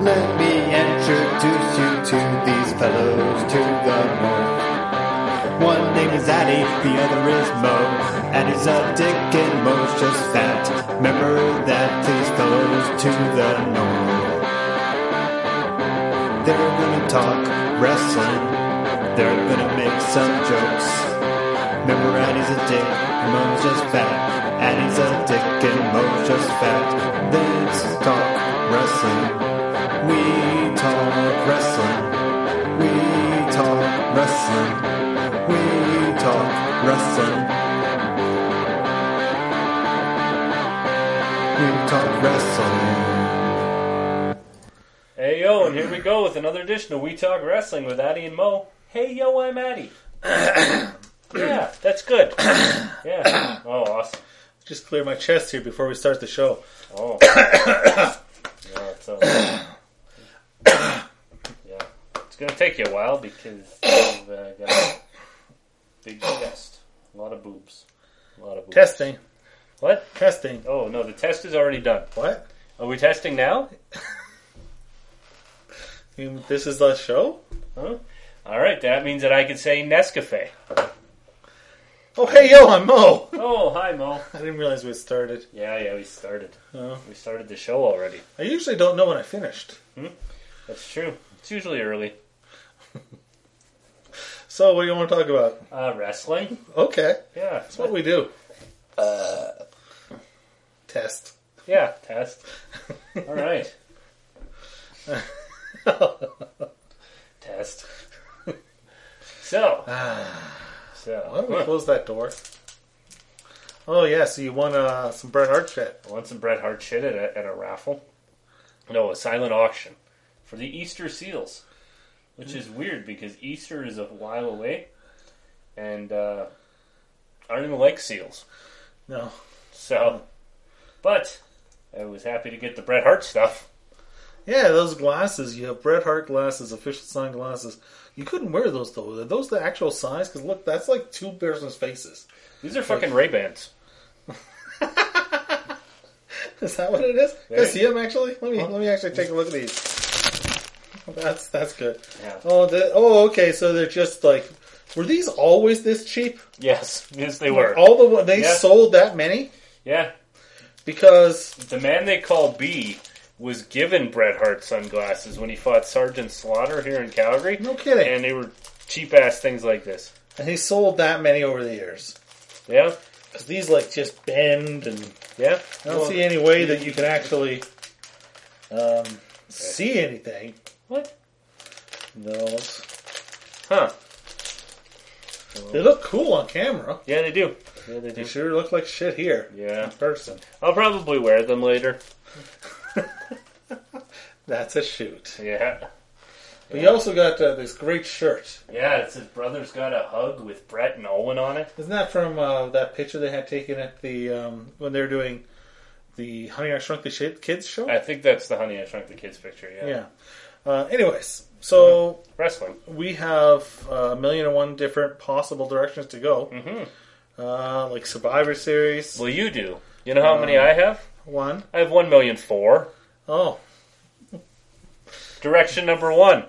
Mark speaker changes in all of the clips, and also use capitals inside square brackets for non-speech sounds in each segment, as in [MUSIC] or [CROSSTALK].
Speaker 1: Let me introduce you to these fellows to the north. One name is Addy, the other is Mo. Addy's a dick and Mo's just fat. Remember that, these fellows to the north. They're gonna talk wrestling. They're gonna make some jokes. Remember, Addy's a dick and Mo's just fat. Addy's a dick and Mo's just fat. Let's talk wrestling. We talk wrestling. We talk wrestling. We talk wrestling. We talk wrestling.
Speaker 2: Hey yo, and here we go with another edition of We Talk Wrestling with Addy and Mo. Hey yo, I'm Addy. yeah, that's good. Yeah. Oh, awesome.
Speaker 3: Just clear my chest here before we start the show.
Speaker 2: Oh. yeah, it's, uh, yeah, it's gonna take you a while because you've uh, got a big chest, a lot of boobs, a lot of boobs.
Speaker 3: Testing.
Speaker 2: What?
Speaker 3: Testing.
Speaker 2: Oh no, the test is already done.
Speaker 3: What?
Speaker 2: Are we testing now?
Speaker 3: You mean this is the show?
Speaker 2: Huh? All right, that means that I can say Nescafe.
Speaker 3: Oh, hey, yo, I'm Mo. [LAUGHS]
Speaker 2: Oh, hi Mo.
Speaker 3: I didn't realize we had started.
Speaker 2: Yeah, yeah, we started.
Speaker 3: Oh.
Speaker 2: We started the show already.
Speaker 3: I usually don't know when I finished.
Speaker 2: That's true. It's usually early.
Speaker 3: So, what do you want to talk about?
Speaker 2: Uh, wrestling?
Speaker 3: Okay.
Speaker 2: Yeah.
Speaker 3: That's what we do. Uh, test. [LAUGHS]
Speaker 2: Yeah, test. All right. test. So. so.
Speaker 3: Why don't we
Speaker 2: huh.
Speaker 3: close that door? Oh, yeah, so you won uh, some Bret Hart shit.
Speaker 2: I won some Bret Hart shit at a, at a raffle. No, a silent auction for the Easter seals, which is weird because Easter is a while away, and uh, I don't even like seals.
Speaker 3: No.
Speaker 2: So, but I was happy to get the Bret Hart stuff.
Speaker 3: Yeah, those glasses. You have Bret Hart glasses, official sign glasses. You couldn't wear those, though. Are those the actual size? Because, look, that's like two person's faces.
Speaker 2: These are fucking Ray Bans.
Speaker 3: Is that what it is? Can I
Speaker 2: Yeah.
Speaker 3: see them actually? Let me let me actually take a look at these. [LAUGHS] That's that's good.
Speaker 2: Yeah.
Speaker 3: Oh, the, oh, okay. So they're just like, were these always this cheap?
Speaker 2: Yes, [LAUGHS] yes, they were.
Speaker 3: All the one- they
Speaker 2: Yeah.
Speaker 3: sold that many
Speaker 2: Yeah,
Speaker 3: because
Speaker 2: the man they call B was given Bret Hart sunglasses when he fought Sergeant Slaughter here in Calgary.
Speaker 3: No kidding.
Speaker 2: And they were cheap ass things like this.
Speaker 3: and he sold that many over the years.
Speaker 2: Yeah,
Speaker 3: Because these like just bend, and
Speaker 2: yeah.
Speaker 3: I don't
Speaker 2: Well,
Speaker 3: see any way that you can actually um, see anything.
Speaker 2: what?
Speaker 3: Those
Speaker 2: Huh?
Speaker 3: they look cool on camera.
Speaker 2: Yeah, they do. Yeah, they
Speaker 3: They
Speaker 2: do.
Speaker 3: sure look like shit here.
Speaker 2: Yeah,
Speaker 3: in person.
Speaker 2: I'll probably wear them later.
Speaker 3: That's a shoot.
Speaker 2: Yeah,
Speaker 3: But you also got uh, this great shirt.
Speaker 2: yeah. It's his brother's got a hug with Bret and Owen on it.
Speaker 3: Isn't that from uh, that picture they had taken at the um, when they were doing the Honey I Shrunk the Shit Kids show?
Speaker 2: I think that's the Honey I Shrunk the Kids picture. Yeah,
Speaker 3: yeah. Uh, anyways, so
Speaker 2: wrestling.
Speaker 3: we have uh, a million and one different possible directions to go.
Speaker 2: Mm-hmm.
Speaker 3: Uh, like Survivor Series
Speaker 2: Well, you do. You know how many
Speaker 3: Uh,
Speaker 2: I have?
Speaker 3: one.
Speaker 2: I have one million four.
Speaker 3: Oh,
Speaker 2: Direction number one,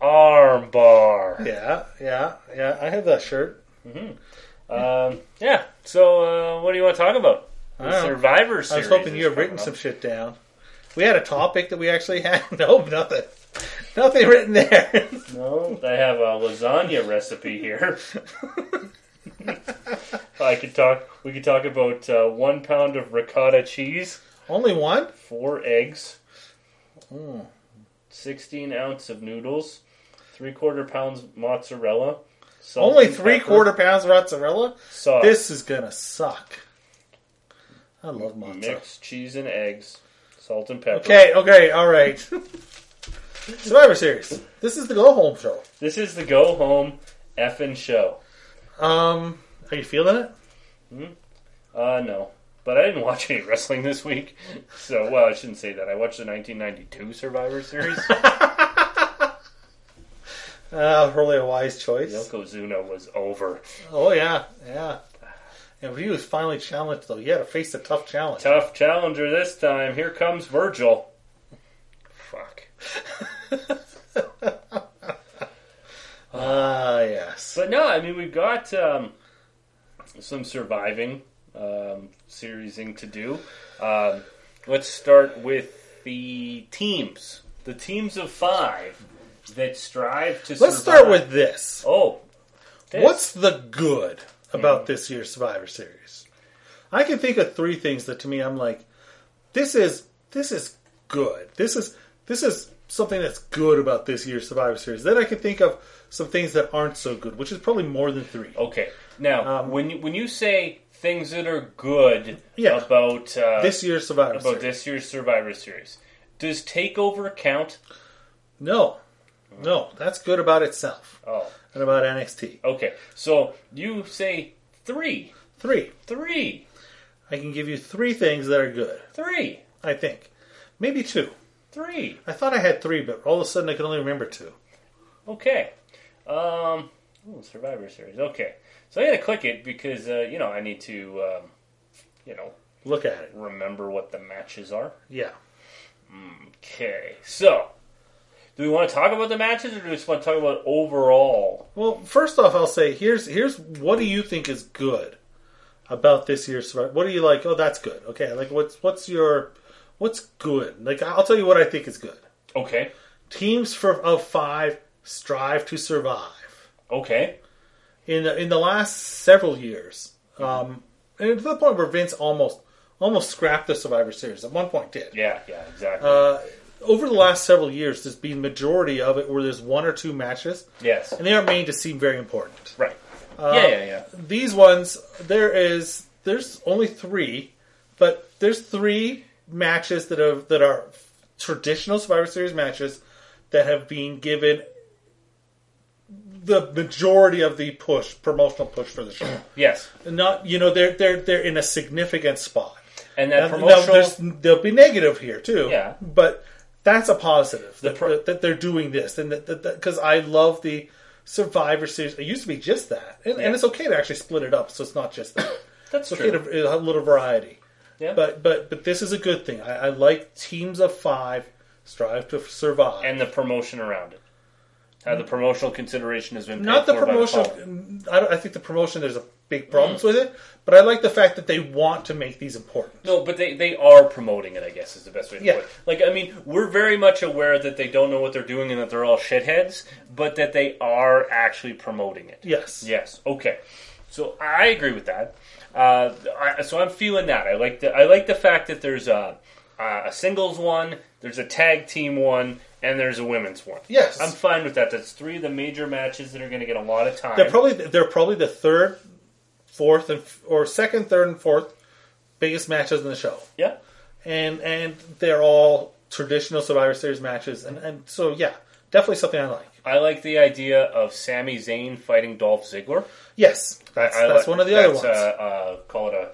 Speaker 2: arm bar.
Speaker 3: yeah, yeah, yeah. I have that shirt.
Speaker 2: Um, yeah. So, uh, what do you want to talk about? The
Speaker 3: I don't know.
Speaker 2: Survivor Series.
Speaker 3: I was hoping
Speaker 2: is
Speaker 3: you had written
Speaker 2: coming
Speaker 3: some
Speaker 2: up.
Speaker 3: shit down. We had a topic that we actually had. [LAUGHS] No, nothing. Nothing written there. [LAUGHS]
Speaker 2: No, I have a lasagna recipe here. I could talk. We could talk about uh, one pound of ricotta cheese,
Speaker 3: Only one?
Speaker 2: four eggs,
Speaker 3: Hmm.
Speaker 2: sixteen ounce of noodles, three quarter pounds mozzarella. salt
Speaker 3: Only
Speaker 2: and
Speaker 3: three
Speaker 2: pepper,
Speaker 3: quarter pounds of mozzarella?
Speaker 2: sauce.
Speaker 3: This is gonna suck. I love mozzarella.
Speaker 2: Mixed cheese and eggs, salt and pepper.
Speaker 3: Okay, okay, all right. [LAUGHS] Survivor Series. This is the go home show.
Speaker 2: This is the go home effing show.
Speaker 3: Um, are you feeling it?
Speaker 2: Uh, no. But I didn't watch any [LAUGHS] wrestling this week. So, well, I shouldn't say that. I watched the 1992 Survivor
Speaker 3: [LAUGHS]
Speaker 2: Series.
Speaker 3: Uh, probably a wise choice.
Speaker 2: Yokozuna was over.
Speaker 3: Oh yeah, yeah. And he was finally challenged though. He had to face a tough challenge.
Speaker 2: Tough challenger this time. Here comes Virgil. Fuck.
Speaker 3: Ah, yes.
Speaker 2: But no, I mean we've got um, some surviving um, seriesing to do. Um, let's start with the teams, the teams of five that strive to. survive.
Speaker 3: Let's start with this.
Speaker 2: oh, this.
Speaker 3: What's the good about this year's Survivor Series? I can think of three things that to me I'm like, this is this is good. This is this is something that's good about this year's Survivor Series. Then I can think of some things that aren't so good, which is probably more than three.
Speaker 2: okay? Now,
Speaker 3: Um,
Speaker 2: when you, when you say things that are good
Speaker 3: Yeah.
Speaker 2: about uh,
Speaker 3: This year's Survivor
Speaker 2: about
Speaker 3: Series.
Speaker 2: this year's Survivor Series, does Takeover count?
Speaker 3: No. No, that's good about itself
Speaker 2: Oh,
Speaker 3: and about NXT.
Speaker 2: okay. So you say three,
Speaker 3: Three.
Speaker 2: three,
Speaker 3: I can give you three things that are good,
Speaker 2: three,
Speaker 3: I think. Maybe two.
Speaker 2: three.
Speaker 3: I thought I had three, but all of a sudden I can only remember two.
Speaker 2: Okay. Um, ooh, Survivor Series. Okay. So I gotta click it because, uh, you know, I need to, um, you know,
Speaker 3: Look at it.
Speaker 2: remember what the matches are.
Speaker 3: Yeah.
Speaker 2: Okay. So, do we want to talk about the matches or do we just want to talk about overall?
Speaker 3: Well, first off, I'll say here's here's what do you think is good about this year's Survivor? What are you like? Oh, that's good. Okay, like what's what's your what's good? Like I'll tell you what I think is good.
Speaker 2: Okay.
Speaker 3: Teams for, of five strive to survive.
Speaker 2: Okay.
Speaker 3: in the, in the last several years, um, and to the point where Vince almost almost scrapped the Survivor Series at one point did.
Speaker 2: Yeah, yeah, exactly.
Speaker 3: Uh, Over the last several years, there's been majority of it where there's one or two matches,
Speaker 2: yes.
Speaker 3: and uh, they are made to seem very important.
Speaker 2: Right. yeah, yeah, yeah.
Speaker 3: These ones, there is there's only three, but there's three matches that have that are traditional Survivor Series matches that have been given the majority of the push promotional push for the show. [CLEARS THROAT]
Speaker 2: Yes.
Speaker 3: not you know they're they're they're in a significant spot.
Speaker 2: And that
Speaker 3: Now,
Speaker 2: promotional.
Speaker 3: there's- there'll be negative here too.
Speaker 2: Yeah.
Speaker 3: but that's a positive that,
Speaker 2: pro-
Speaker 3: that, that they're doing this and that because I love the Survivor Series. It used to be just that, and,
Speaker 2: Yeah.
Speaker 3: and it's okay to actually split it up, so it's not just that.
Speaker 2: [COUGHS] that's
Speaker 3: it's
Speaker 2: true.
Speaker 3: okay to have a little variety.
Speaker 2: yeah.
Speaker 3: But but but this is a good thing. I, I like teams of five strive to survive.
Speaker 2: and the promotion around it. How the promotional consideration has been paid
Speaker 3: not the
Speaker 2: for by Mm.
Speaker 3: promotion.
Speaker 2: following.
Speaker 3: I, don't- I think the promotion. There's a big problems with it, but I like the fact that they want to make these important.
Speaker 2: No, but they, they are promoting it, I guess, is the best way to
Speaker 3: Yeah.
Speaker 2: put it. Like, I mean, we're very much aware that they don't know what they're doing and that they're all shitheads, but that they are actually promoting it.
Speaker 3: Yes.
Speaker 2: Yes. Okay. So I agree with that. Uh, I, so I'm feeling that. I like the I like the fact that there's a a singles one, there's a tag team one, and there's a women's one.
Speaker 3: Yes.
Speaker 2: I'm fine with that. That's three of the major matches that are going to get a lot of time.
Speaker 3: They're probably they're probably the third, fourth, and or second, third, and fourth biggest matches in the show,
Speaker 2: yeah.
Speaker 3: and and they're all traditional Survivor Series matches, and and so yeah, definitely something I like.
Speaker 2: I like the idea of Sami Zayn fighting Dolph Ziggler.
Speaker 3: Yes, that's,
Speaker 2: I
Speaker 3: that's
Speaker 2: like-
Speaker 3: one of the other
Speaker 2: that's,
Speaker 3: ones.
Speaker 2: Uh, uh, call it a.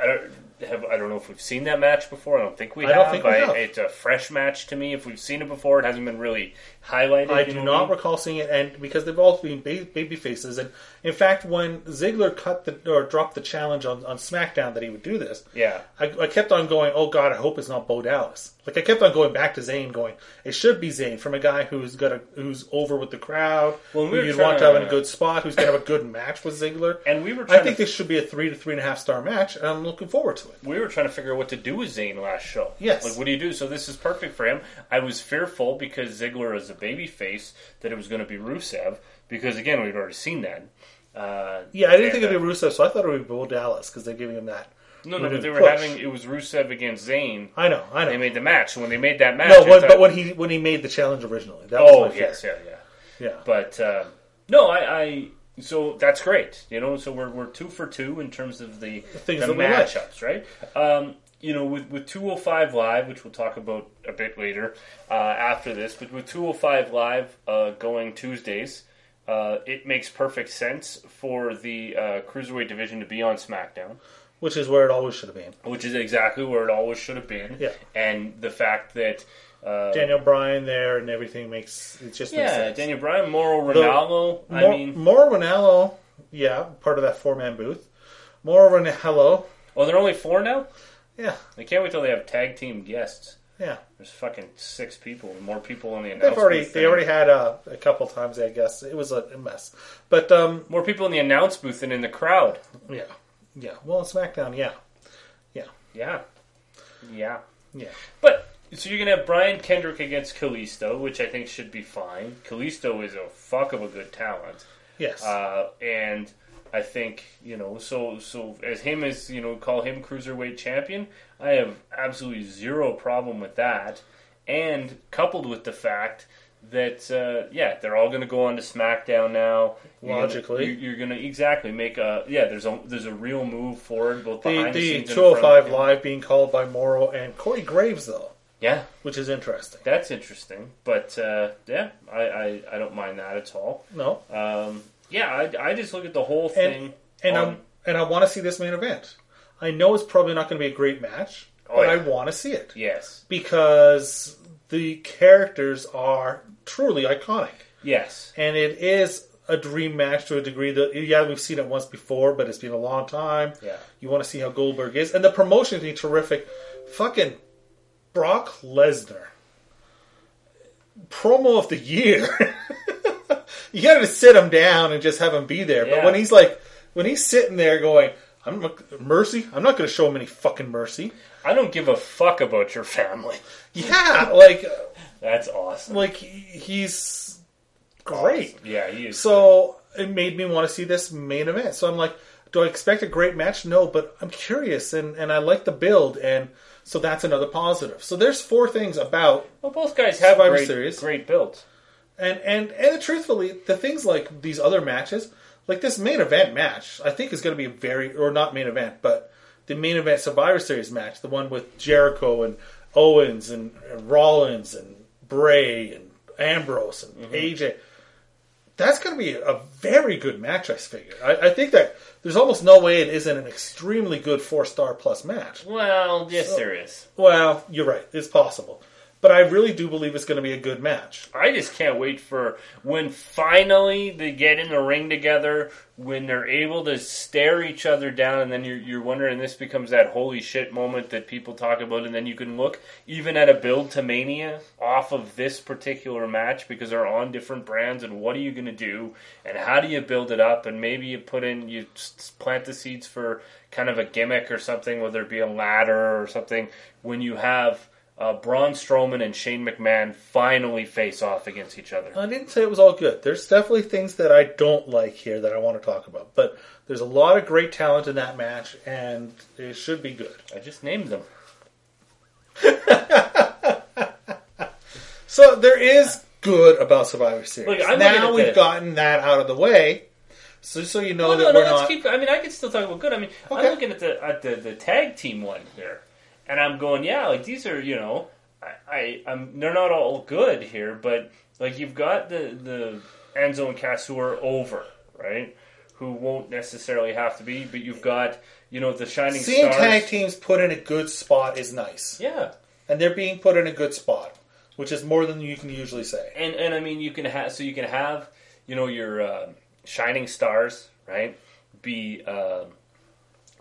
Speaker 2: I don't, have, I don't know if we've seen that match before. I don't think we
Speaker 3: I
Speaker 2: have.
Speaker 3: don't think we
Speaker 2: I-
Speaker 3: have.
Speaker 2: It's a fresh match to me. If we've seen it before, it hasn't been really highlighted.
Speaker 3: I
Speaker 2: you
Speaker 3: do
Speaker 2: know
Speaker 3: not
Speaker 2: what
Speaker 3: recall seeing it, and because they've all been ba- baby faces, and in fact, when Ziggler cut the or dropped the challenge on, on SmackDown that he would do this,
Speaker 2: Yeah.
Speaker 3: I, I kept on going. Oh God, I hope it's not Bo Dallas. Like I kept on going back to Zayn, going, it should be Zayn from a guy who's got a who's over with the crowd,
Speaker 2: Well, we
Speaker 3: who
Speaker 2: were
Speaker 3: you'd
Speaker 2: trying
Speaker 3: want to have in
Speaker 2: to-
Speaker 3: a good spot, who's gonna have a good match with Ziggler.
Speaker 2: And we were
Speaker 3: I
Speaker 2: trying
Speaker 3: think
Speaker 2: to,
Speaker 3: this should be a three to three and a half star match, and I'm looking forward to it.
Speaker 2: we were trying to figure out what to do with Zayn last show.
Speaker 3: Yes.
Speaker 2: Like, what do you do? So this is perfect for him. I was fearful because Ziggler is a babyface that it was going to be Rusev because again we'd already seen that. Uh,
Speaker 3: Yeah, I didn't think
Speaker 2: and,
Speaker 3: it'd be Rusev, so I thought it would be Bo Dallas because they're giving him that.
Speaker 2: uh, No, no, but they were
Speaker 3: push.
Speaker 2: having it was Rusev against Zayn.
Speaker 3: Mm-hmm. I know, I know.
Speaker 2: They made the match. So when they made that match,
Speaker 3: No,
Speaker 2: I
Speaker 3: when,
Speaker 2: thought-
Speaker 3: but when he when he made the challenge originally, that
Speaker 2: oh
Speaker 3: was my
Speaker 2: yes,
Speaker 3: fear.
Speaker 2: yeah, yeah.
Speaker 3: yeah.
Speaker 2: But uh, no, I, I so that's great. You know, so we're we're two for two in terms of the
Speaker 3: things
Speaker 2: the
Speaker 3: that we like.
Speaker 2: matchups, right? Um, you know, with with two hundred five live, which we'll talk about a bit later uh, after this, but with two hundred five live uh, going Tuesdays. Uh, it makes perfect sense for the uh, cruiserweight division to be on SmackDown
Speaker 3: which is where it always should have been.
Speaker 2: which is exactly where it always should have been.
Speaker 3: Yeah.
Speaker 2: And the fact that uh,
Speaker 3: Daniel Bryan there and everything makes it just makes
Speaker 2: yeah,
Speaker 3: sense.
Speaker 2: Daniel Bryan, Moro
Speaker 3: Though,
Speaker 2: Ronaldo. I
Speaker 3: Mor-
Speaker 2: mean,
Speaker 3: Moro Ronaldo, yeah, part of that four man booth. Moro Ronaldo,
Speaker 2: oh, they're only four now.
Speaker 3: yeah,
Speaker 2: I can't wait till they have tag team guests.
Speaker 3: Yeah,
Speaker 2: There's fucking six people, more people on the
Speaker 3: they've
Speaker 2: announcement.
Speaker 3: already they
Speaker 2: than-
Speaker 3: already had uh, a couple times. I guess it was a a mess, but um,
Speaker 2: more people in the announce booth than in the crowd.
Speaker 3: yeah, yeah. Well, on SmackDown, yeah, yeah,
Speaker 2: Yeah, yeah.
Speaker 3: yeah.
Speaker 2: But so you're gonna have Brian Kendrick against Kalisto, which I think should be fine. Kalisto is a fuck of a good talent,
Speaker 3: Yes.
Speaker 2: uh, and I think you know. So so as him as you know, call him cruiserweight champion. I have absolutely zero problem with that, and coupled with the fact. That uh, yeah, they're all going to go on to SmackDown now. You're gonna-
Speaker 3: Logically.
Speaker 2: you're- you're going to exactly make a yeah. There's a there's a real move forward both
Speaker 3: the
Speaker 2: behind the,
Speaker 3: the
Speaker 2: scenes and
Speaker 3: 205
Speaker 2: in front of-
Speaker 3: live being called by Morrow and Corey Graves though,
Speaker 2: Yeah,
Speaker 3: which is interesting.
Speaker 2: That's interesting, but uh, yeah, I, I, I don't mind that at all.
Speaker 3: No,
Speaker 2: Um, yeah, I, I just look at the whole thing. Um,
Speaker 3: and and
Speaker 2: on-
Speaker 3: I'm and I want to see this main event. I know it's probably not going to be a great match,
Speaker 2: Oh,
Speaker 3: but I
Speaker 2: yeah.
Speaker 3: want to see it
Speaker 2: yes,
Speaker 3: because the characters are truly iconic,
Speaker 2: yes,
Speaker 3: and it is a dream match to a degree that yeah we've seen it once before, but it's been a long time.
Speaker 2: Yeah.
Speaker 3: you want to see how Goldberg is, and the promotion is terrific. Fucking Brock Lesnar promo of the year. [LAUGHS] you got to sit him down and just have him be there. But
Speaker 2: Yeah.
Speaker 3: when he's like, when he's sitting there going, "I'm not- mercy. I'm not going to show him any fucking mercy."
Speaker 2: [LAUGHS] I don't give a fuck about your family.
Speaker 3: Yeah, like,
Speaker 2: That's awesome.
Speaker 3: like he- he's great.
Speaker 2: Yeah, he is.
Speaker 3: So it made me want to see this main event. So I'm like, do I expect a great match? No, but I'm curious and and I like the build, and so that's another positive. So there's four things about
Speaker 2: well, both guys have
Speaker 3: Survivor
Speaker 2: great,
Speaker 3: Series.
Speaker 2: great builds.
Speaker 3: And and and truthfully, the things like these other matches, like this main event match, I think is going to be a very or not main event, but the main event Survivor Series match, the one with Jericho and Owens and, and Rollins and Bray and Ambrose and AJ. That's going to be a very good match, I figure. I, I think that there's almost no way it isn't an extremely good four star plus match.
Speaker 2: Well, yes, there is.
Speaker 3: Well, you're right; it's possible, but I really do believe it's going to be a good match.
Speaker 2: I just can't wait for when finally they get in the ring together, when they're able to stare each other down, and then you're, you're wondering, this becomes that holy shit moment that people talk about, and then you can look even at a build to Mania off of this particular match because they're on different brands, and what are you going to do, and how do you build it up, and maybe you put in, you s- plant the seeds for kind of a gimmick or something, whether it be a ladder or something, when you have uh, Braun Strowman and Shane McMahon finally face off against each other.
Speaker 3: I didn't say it was all good. There's definitely things that I don't like here that I want to talk about, but there's a lot of great talent in that match, and it should be good.
Speaker 2: I just named them.
Speaker 3: So there is good about Survivor Series.
Speaker 2: Look, I'm looking
Speaker 3: now
Speaker 2: at
Speaker 3: we've
Speaker 2: this.
Speaker 3: gotten that out of the way, so so you know
Speaker 2: Well, no,
Speaker 3: that
Speaker 2: no,
Speaker 3: we're
Speaker 2: let's
Speaker 3: not.
Speaker 2: keep. I mean, I can still talk about good. I mean,
Speaker 3: Okay.
Speaker 2: I'm looking at the at the, the tag team one here, and I'm going, yeah, like these are you know, I, I I'm they're not all good here, but like you've got the the Enzo and Cass who are over, right? Who won't necessarily have to be, but you've got you know the shining
Speaker 3: Seeing
Speaker 2: stars.
Speaker 3: tag teams put in a good spot is nice,
Speaker 2: yeah,
Speaker 3: and they're being put in a good spot, which is more than you can usually say.
Speaker 2: and and I mean you can have so you can have you know your uh, shining stars right be uh,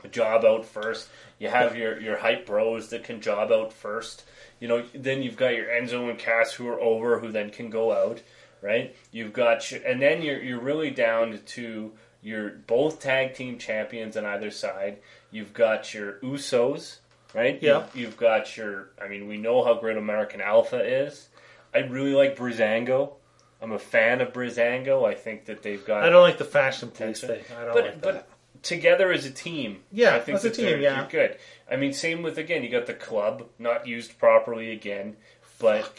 Speaker 2: job out first. You have your your hype bros that can job out first. You know then you've got your Enzo and Cass who are over who then can go out right. You've got your, and then you're you're really down to your both tag team champions on either side. You've got your Usos. Right?
Speaker 3: Yeah.
Speaker 2: You've, you've got your. I mean, we know how great American Alpha is. I really like Brizango. I'm a fan of Brizango. I think that they've got.
Speaker 3: I don't like the fashion police
Speaker 2: Attention.
Speaker 3: thing. I don't
Speaker 2: but
Speaker 3: like that.
Speaker 2: but together as a team,
Speaker 3: Yeah,
Speaker 2: I think
Speaker 3: as a
Speaker 2: that
Speaker 3: team,
Speaker 2: they're-
Speaker 3: yeah.
Speaker 2: they're good. I mean, same with again, you got the club not used properly again, but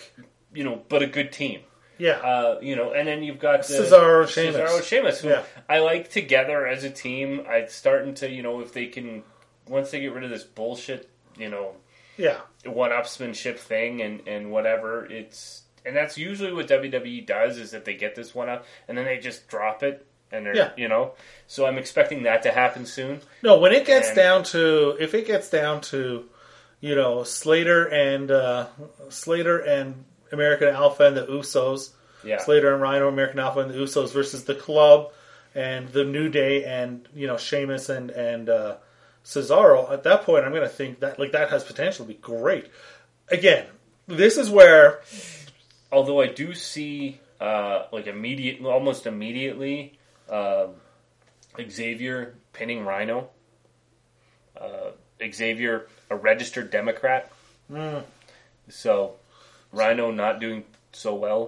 Speaker 2: you know, but a good team.
Speaker 3: yeah,
Speaker 2: Uh, you know, and then you've got the,
Speaker 3: Cesaro, Sheamus.
Speaker 2: Cesaro, Sheamus, who
Speaker 3: Yeah.
Speaker 2: I like together as a team. I'm starting to, you know, if they can once they get rid of this bullshit, you know,
Speaker 3: yeah.
Speaker 2: one-upsmanship thing and and whatever it's and that's usually what WWE does is that they get this one up and then they just drop it and they're
Speaker 3: Yeah.
Speaker 2: you know so I'm expecting that to happen soon
Speaker 3: No, when it gets
Speaker 2: And-
Speaker 3: down to if it gets down to, you know, Slater and uh, Slater and American Alpha and the Usos,
Speaker 2: yeah
Speaker 3: Slater and Rhino, American Alpha and the Usos versus the Club and the New Day and you know Sheamus and and uh, Cesaro. At that point, I'm going to think that like that has potential to be great. Again, This is where
Speaker 2: Although I do see, uh, like immediate, almost immediately, um, Xavier pinning Rhino. Uh, Xavier, a registered Democrat,
Speaker 3: Mm.
Speaker 2: so Rhino not doing so well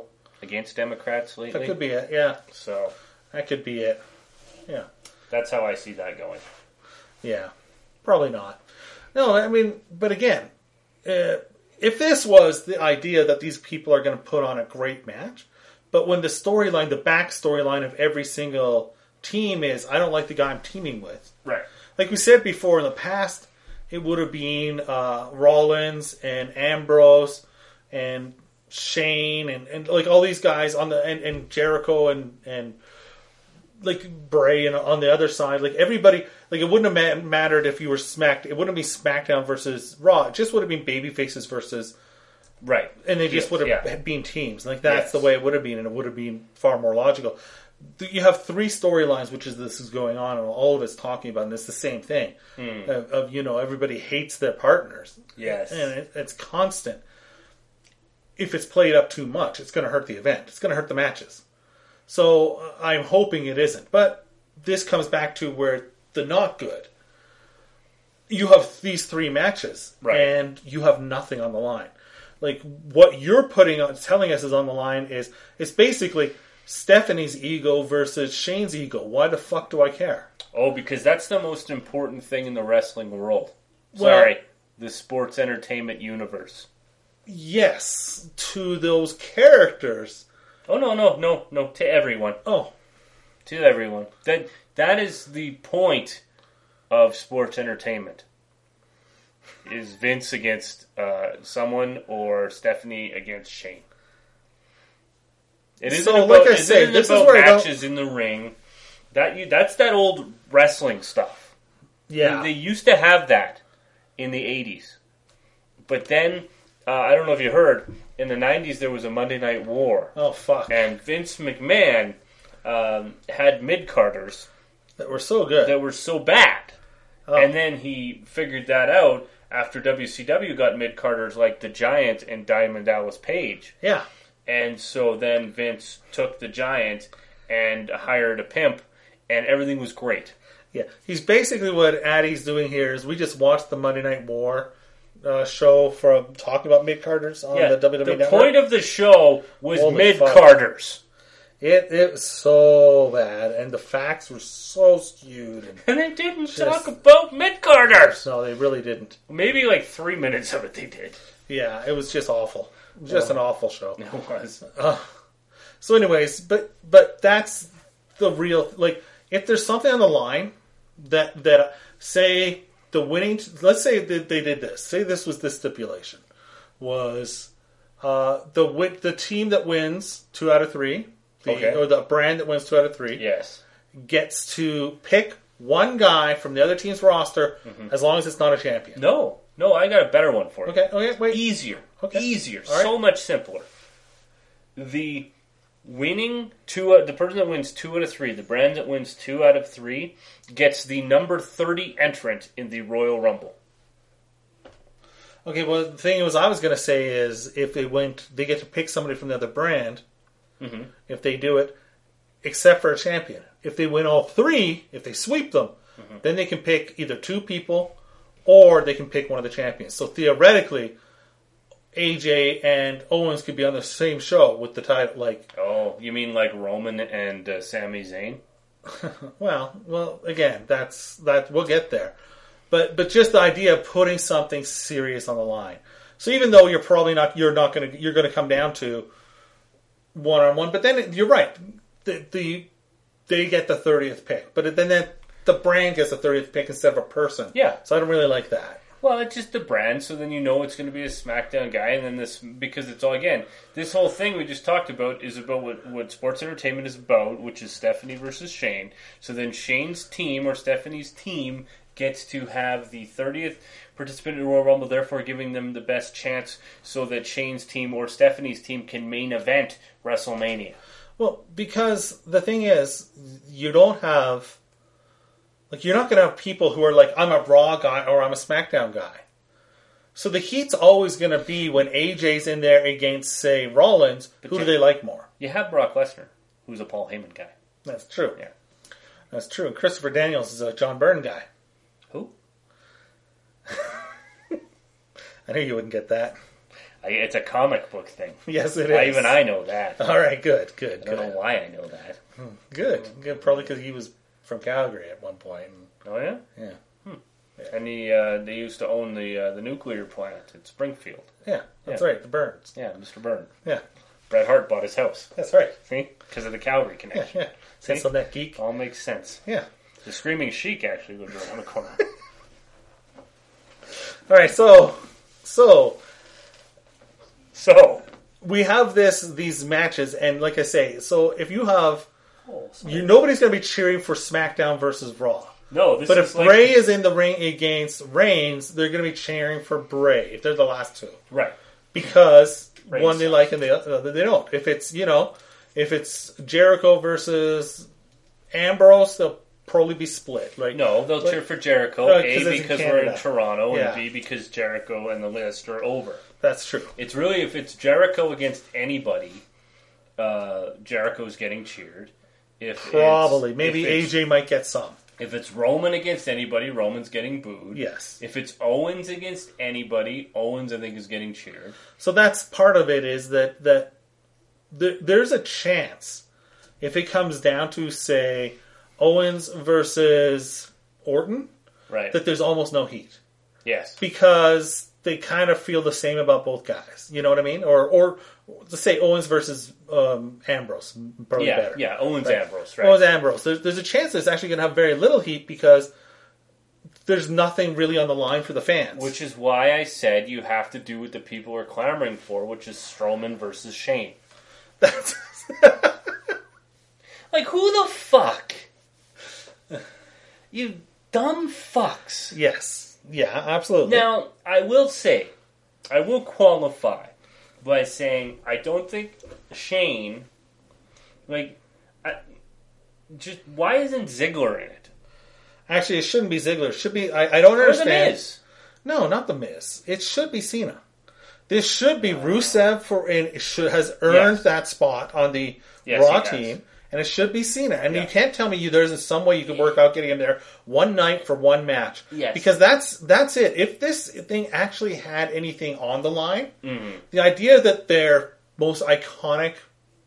Speaker 2: against Democrats lately.
Speaker 3: that could be it. Yeah,
Speaker 2: So
Speaker 3: that could be it. Yeah.
Speaker 2: that's how I see that going.
Speaker 3: Yeah, probably not. No, I mean, but again, uh, if this was the idea that these people are going to put on a great match, but when the storyline, the back storyline of every single team is, I don't like the guy I'm teaming with.
Speaker 2: Right.
Speaker 3: Like we said before in the past, it would have been uh, Rollins and Ambrose and Shane and, and like all these guys on the and, and Jericho and and like Bray and on the other side, like everybody, like it wouldn't have ma- mattered if you were smacked. It wouldn't be SmackDown versus Raw. It just would have been baby faces versus,
Speaker 2: Right.
Speaker 3: and they just would have
Speaker 2: Yeah.
Speaker 3: been teams. Like
Speaker 2: Yes.
Speaker 3: that's the way it would have been, and it would have been far more logical. Th- You have three storylines, which is this is going on, and all of it's talking about, and it's the same thing of, of you know everybody hates their partners.
Speaker 2: Hmm. Yes.
Speaker 3: and it, it's constant. If it's played up too much, it's going to hurt the event. It's going to hurt the matches. So uh, I'm hoping it isn't. But this comes back to where the not good. You have these three matches,
Speaker 2: Right.
Speaker 3: and you have nothing on the line. Like what you're putting on, telling us is on the line is it's basically Stephanie's ego versus Shane's ego. Why the fuck do I care?
Speaker 2: Oh, because that's the most important thing in the wrestling world.
Speaker 3: Well-
Speaker 2: Sorry, the sports entertainment universe.
Speaker 3: Yes, to those characters.
Speaker 2: Oh no, no, no, no! To everyone,
Speaker 3: Oh,
Speaker 2: to everyone. That that is the point of sports entertainment. Is Vince against uh, someone or Stephanie against Shane? It isn't
Speaker 3: So,
Speaker 2: about,
Speaker 3: like I
Speaker 2: it
Speaker 3: say,
Speaker 2: isn't
Speaker 3: this is
Speaker 2: about
Speaker 3: where I don't-
Speaker 2: matches in the ring. That you that's that old wrestling stuff.
Speaker 3: yeah.
Speaker 2: They used to have that in the 80s. But then, uh, I don't know if you heard, in the 90s there was a Monday Night War.
Speaker 3: oh fuck,
Speaker 2: And Vince McMahon um, had mid carders
Speaker 3: that were so good.
Speaker 2: that were so bad.
Speaker 3: Oh.
Speaker 2: And then he figured that out after WCW got mid carders like the Giant and Diamond Dallas Page.
Speaker 3: yeah,
Speaker 2: And so then Vince took the Giant and hired a pimp, and everything was great.
Speaker 3: Yeah, he's basically what Addie's doing here is we just watched the Monday Night War uh, show from talking about mid carders on
Speaker 2: Yeah,
Speaker 3: the WWE Network.
Speaker 2: point of the show was
Speaker 3: Holy
Speaker 2: mid
Speaker 3: fuck.
Speaker 2: Carters.
Speaker 3: it it was so bad, and the facts were so skewed. And,
Speaker 2: And they didn't
Speaker 3: Just-
Speaker 2: talk about mid Carters.
Speaker 3: no, they really didn't.
Speaker 2: Maybe like three minutes of it they did. [LAUGHS]
Speaker 3: Yeah, it was just awful. Just an awful show.
Speaker 2: It was.
Speaker 3: So, anyways, but but that's the real like. If there's something on the line that that say the winning, let's say that they did this. Say this was the stipulation was uh, the win- the team that wins two out of three, the,
Speaker 2: Okay.
Speaker 3: or the brand that wins two out of three
Speaker 2: Yes.
Speaker 3: gets to pick one guy from the other team's roster as long as it's not a
Speaker 2: Mm-hmm.
Speaker 3: champion.
Speaker 2: No. No, I got a better one for you.
Speaker 3: Okay, okay, wait.
Speaker 2: Easier.
Speaker 3: Okay.
Speaker 2: Easier.
Speaker 3: All right.
Speaker 2: So much simpler. The winning two, uh, the person that wins two out of three, the brand that wins two out of three, gets the number 30 entrant in the Royal Rumble.
Speaker 3: Okay, well, the thing was, I was going to say is if they went, they get to pick somebody from the other brand. If they do it, except for a champion. If they win all three, if they sweep them, then they can pick either two people or they can pick one of the champions. So theoretically, AJ and Owens could be on the same show with the title. Like,
Speaker 2: Oh, you mean like Roman and uh, Sami Zayn?
Speaker 3: well, well, again, that's that. We'll get there, but but just the idea of putting something serious on the line. So even though you're probably not, you're not going to, you're going to come down to one on one. But then it- you're right. The, the they get the thirtieth pick, but then that the brand gets the thirtieth pick instead of a person.
Speaker 2: Yeah.
Speaker 3: So I don't really like that.
Speaker 2: Well, it's just the brand, so then you know it's going to be a SmackDown guy, and then this because it's all again this whole thing we just talked about is about what, what sports entertainment is about, which is Stephanie versus Shane. So then Shane's team or Stephanie's team gets to have the thirtieth participant in the Royal Rumble, therefore giving them the best chance so that Shane's team or Stephanie's team can main event WrestleMania.
Speaker 3: Well, because the thing is, you don't have like you're not going to have people who are like I'm a Raw guy or I'm a SmackDown guy. So the heat's always going to be when AJ's in there against, say, Rollins. who do
Speaker 2: Jim-
Speaker 3: they like more?
Speaker 2: You have Brock Lesnar, who's a Paul Heyman guy.
Speaker 3: That's true.
Speaker 2: Yeah.
Speaker 3: That's true. And Christopher Daniels is a John Byrne guy.
Speaker 2: Who?
Speaker 3: I knew you wouldn't get that. [LAUGHS]
Speaker 2: I, it's a comic book thing.
Speaker 3: Yes, it is.
Speaker 2: I, even I know that.
Speaker 3: [LAUGHS]
Speaker 2: I
Speaker 3: All right, good, good,
Speaker 2: don't know
Speaker 3: good,
Speaker 2: why I know that.
Speaker 3: good, good. Probably because he was from Calgary at one point.
Speaker 2: Oh yeah,
Speaker 3: Yeah,
Speaker 2: and the uh, they used to own the uh, the nuclear plant in Springfield.
Speaker 3: yeah, that's
Speaker 2: Yeah.
Speaker 3: right. The Burns.
Speaker 2: Yeah, Mr. Byrne.
Speaker 3: Yeah,
Speaker 2: Bret Hart bought his house.
Speaker 3: that's right.
Speaker 2: See, because of the Calgary
Speaker 3: Yeah,
Speaker 2: [LAUGHS] connection.
Speaker 3: yeah. Sense on that geek.
Speaker 2: All makes sense.
Speaker 3: Yeah.
Speaker 2: The Screaming Sheik actually lived around the [LAUGHS] corner.
Speaker 3: All right, so so
Speaker 2: so,
Speaker 3: we have this these matches, and like I say, so if you have
Speaker 2: oh, so-
Speaker 3: you, nobody's going to be cheering for SmackDown versus Raw.
Speaker 2: no, this
Speaker 3: But
Speaker 2: is
Speaker 3: if
Speaker 2: like,
Speaker 3: Bray is in the ring against Reigns, they're going to be cheering for Bray if they're the last two
Speaker 2: right.
Speaker 3: because
Speaker 2: Reigns
Speaker 3: one they
Speaker 2: sucks.
Speaker 3: like and the other they don't. If it's you know, if it's Jericho versus Ambrose, they'll probably be split. Like
Speaker 2: No, they'll
Speaker 3: Like-
Speaker 2: cheer for Jericho.
Speaker 3: No, 'cause
Speaker 2: a
Speaker 3: it's in
Speaker 2: because we're in
Speaker 3: Canada.
Speaker 2: Toronto,
Speaker 3: Yeah.
Speaker 2: and B because Jericho and the list are over.
Speaker 3: that's true.
Speaker 2: It's really if it's Jericho against anybody, uh, Jericho's getting cheered. If it's-
Speaker 3: Probably, maybe
Speaker 2: if it's-
Speaker 3: AJ might get some.
Speaker 2: If it's Roman against anybody, Roman's getting booed.
Speaker 3: Yes.
Speaker 2: If it's Owens against anybody, Owens I think is getting cheered.
Speaker 3: So that's part of it is that that th- there's a chance if it comes down to say Owens versus Orton
Speaker 2: Right.
Speaker 3: that there's almost no heat
Speaker 2: yes.
Speaker 3: because they kind of feel the same about both guys. You know what I mean? Or or let's say Owens versus um, Ambrose probably
Speaker 2: Yeah.
Speaker 3: better.
Speaker 2: Yeah. Owens Ambrose. Right.
Speaker 3: Owens Ambrose. There's, there's a chance there's actually going to have very little heat because there's nothing really on the line for the fans.
Speaker 2: Which is why I said you have to do what the people are clamoring for, which is Strowman versus Shane.
Speaker 3: [LAUGHS] that's
Speaker 2: Like, who the fuck? [LAUGHS] You dumb fucks.
Speaker 3: yes, yeah, absolutely.
Speaker 2: Now, I will say, I will qualify by saying I don't think Shane, like, I, just why isn't Ziggler in it?
Speaker 3: Actually, it shouldn't be Ziggler. It should be. I, I don't
Speaker 2: Or The
Speaker 3: understand.
Speaker 2: Miz?
Speaker 3: No, not the Miz. It should be Cena. This should be Rusev for and it should has earned
Speaker 2: Yes.
Speaker 3: that spot on the
Speaker 2: Yes,
Speaker 3: Raw
Speaker 2: he has.
Speaker 3: team, and it should be Cena. And
Speaker 2: Yeah.
Speaker 3: you can't tell me you there's some way you could work out getting him there one night for one match.
Speaker 2: Yes.
Speaker 3: because that's that's it. If this thing actually had anything on the line,
Speaker 2: Mm-hmm.
Speaker 3: the idea that their most iconic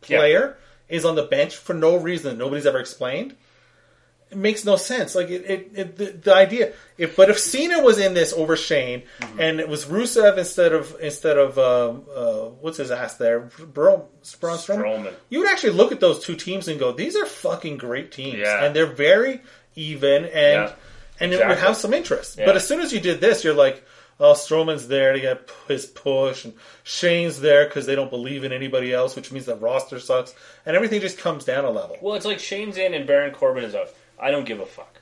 Speaker 2: Yeah.
Speaker 3: player is on the bench for no reason nobody's ever explained it makes no sense. Like it, it, it the, the idea. If but if Cena was in this over Shane,
Speaker 2: Mm-hmm.
Speaker 3: and it was Rusev instead of instead of um, uh, what's his ass there, Bro, Braun Strowman,
Speaker 2: Strowman.
Speaker 3: you would actually look at those two teams and go, these are fucking great teams,
Speaker 2: Yeah.
Speaker 3: and they're very even, and
Speaker 2: Yeah.
Speaker 3: and it would
Speaker 2: Exactly.
Speaker 3: have some interest.
Speaker 2: Yeah.
Speaker 3: But as soon as you did this, you're like. Oh, Strowman's there to get p- his push, and Shane's there because they don't believe in anybody else, which means the roster sucks, and everything just comes down a level.
Speaker 2: Well, it's like Shane's in and Baron Corbin is out. I don't give a fuck.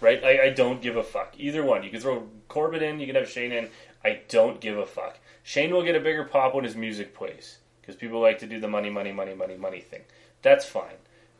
Speaker 2: Right? I, I don't give a fuck. Either one. You can throw Corbin in, you can have Shane in. I don't give a fuck. Shane will get a bigger pop when his music plays because people like to do the money, money, money, money, money thing. That's fine.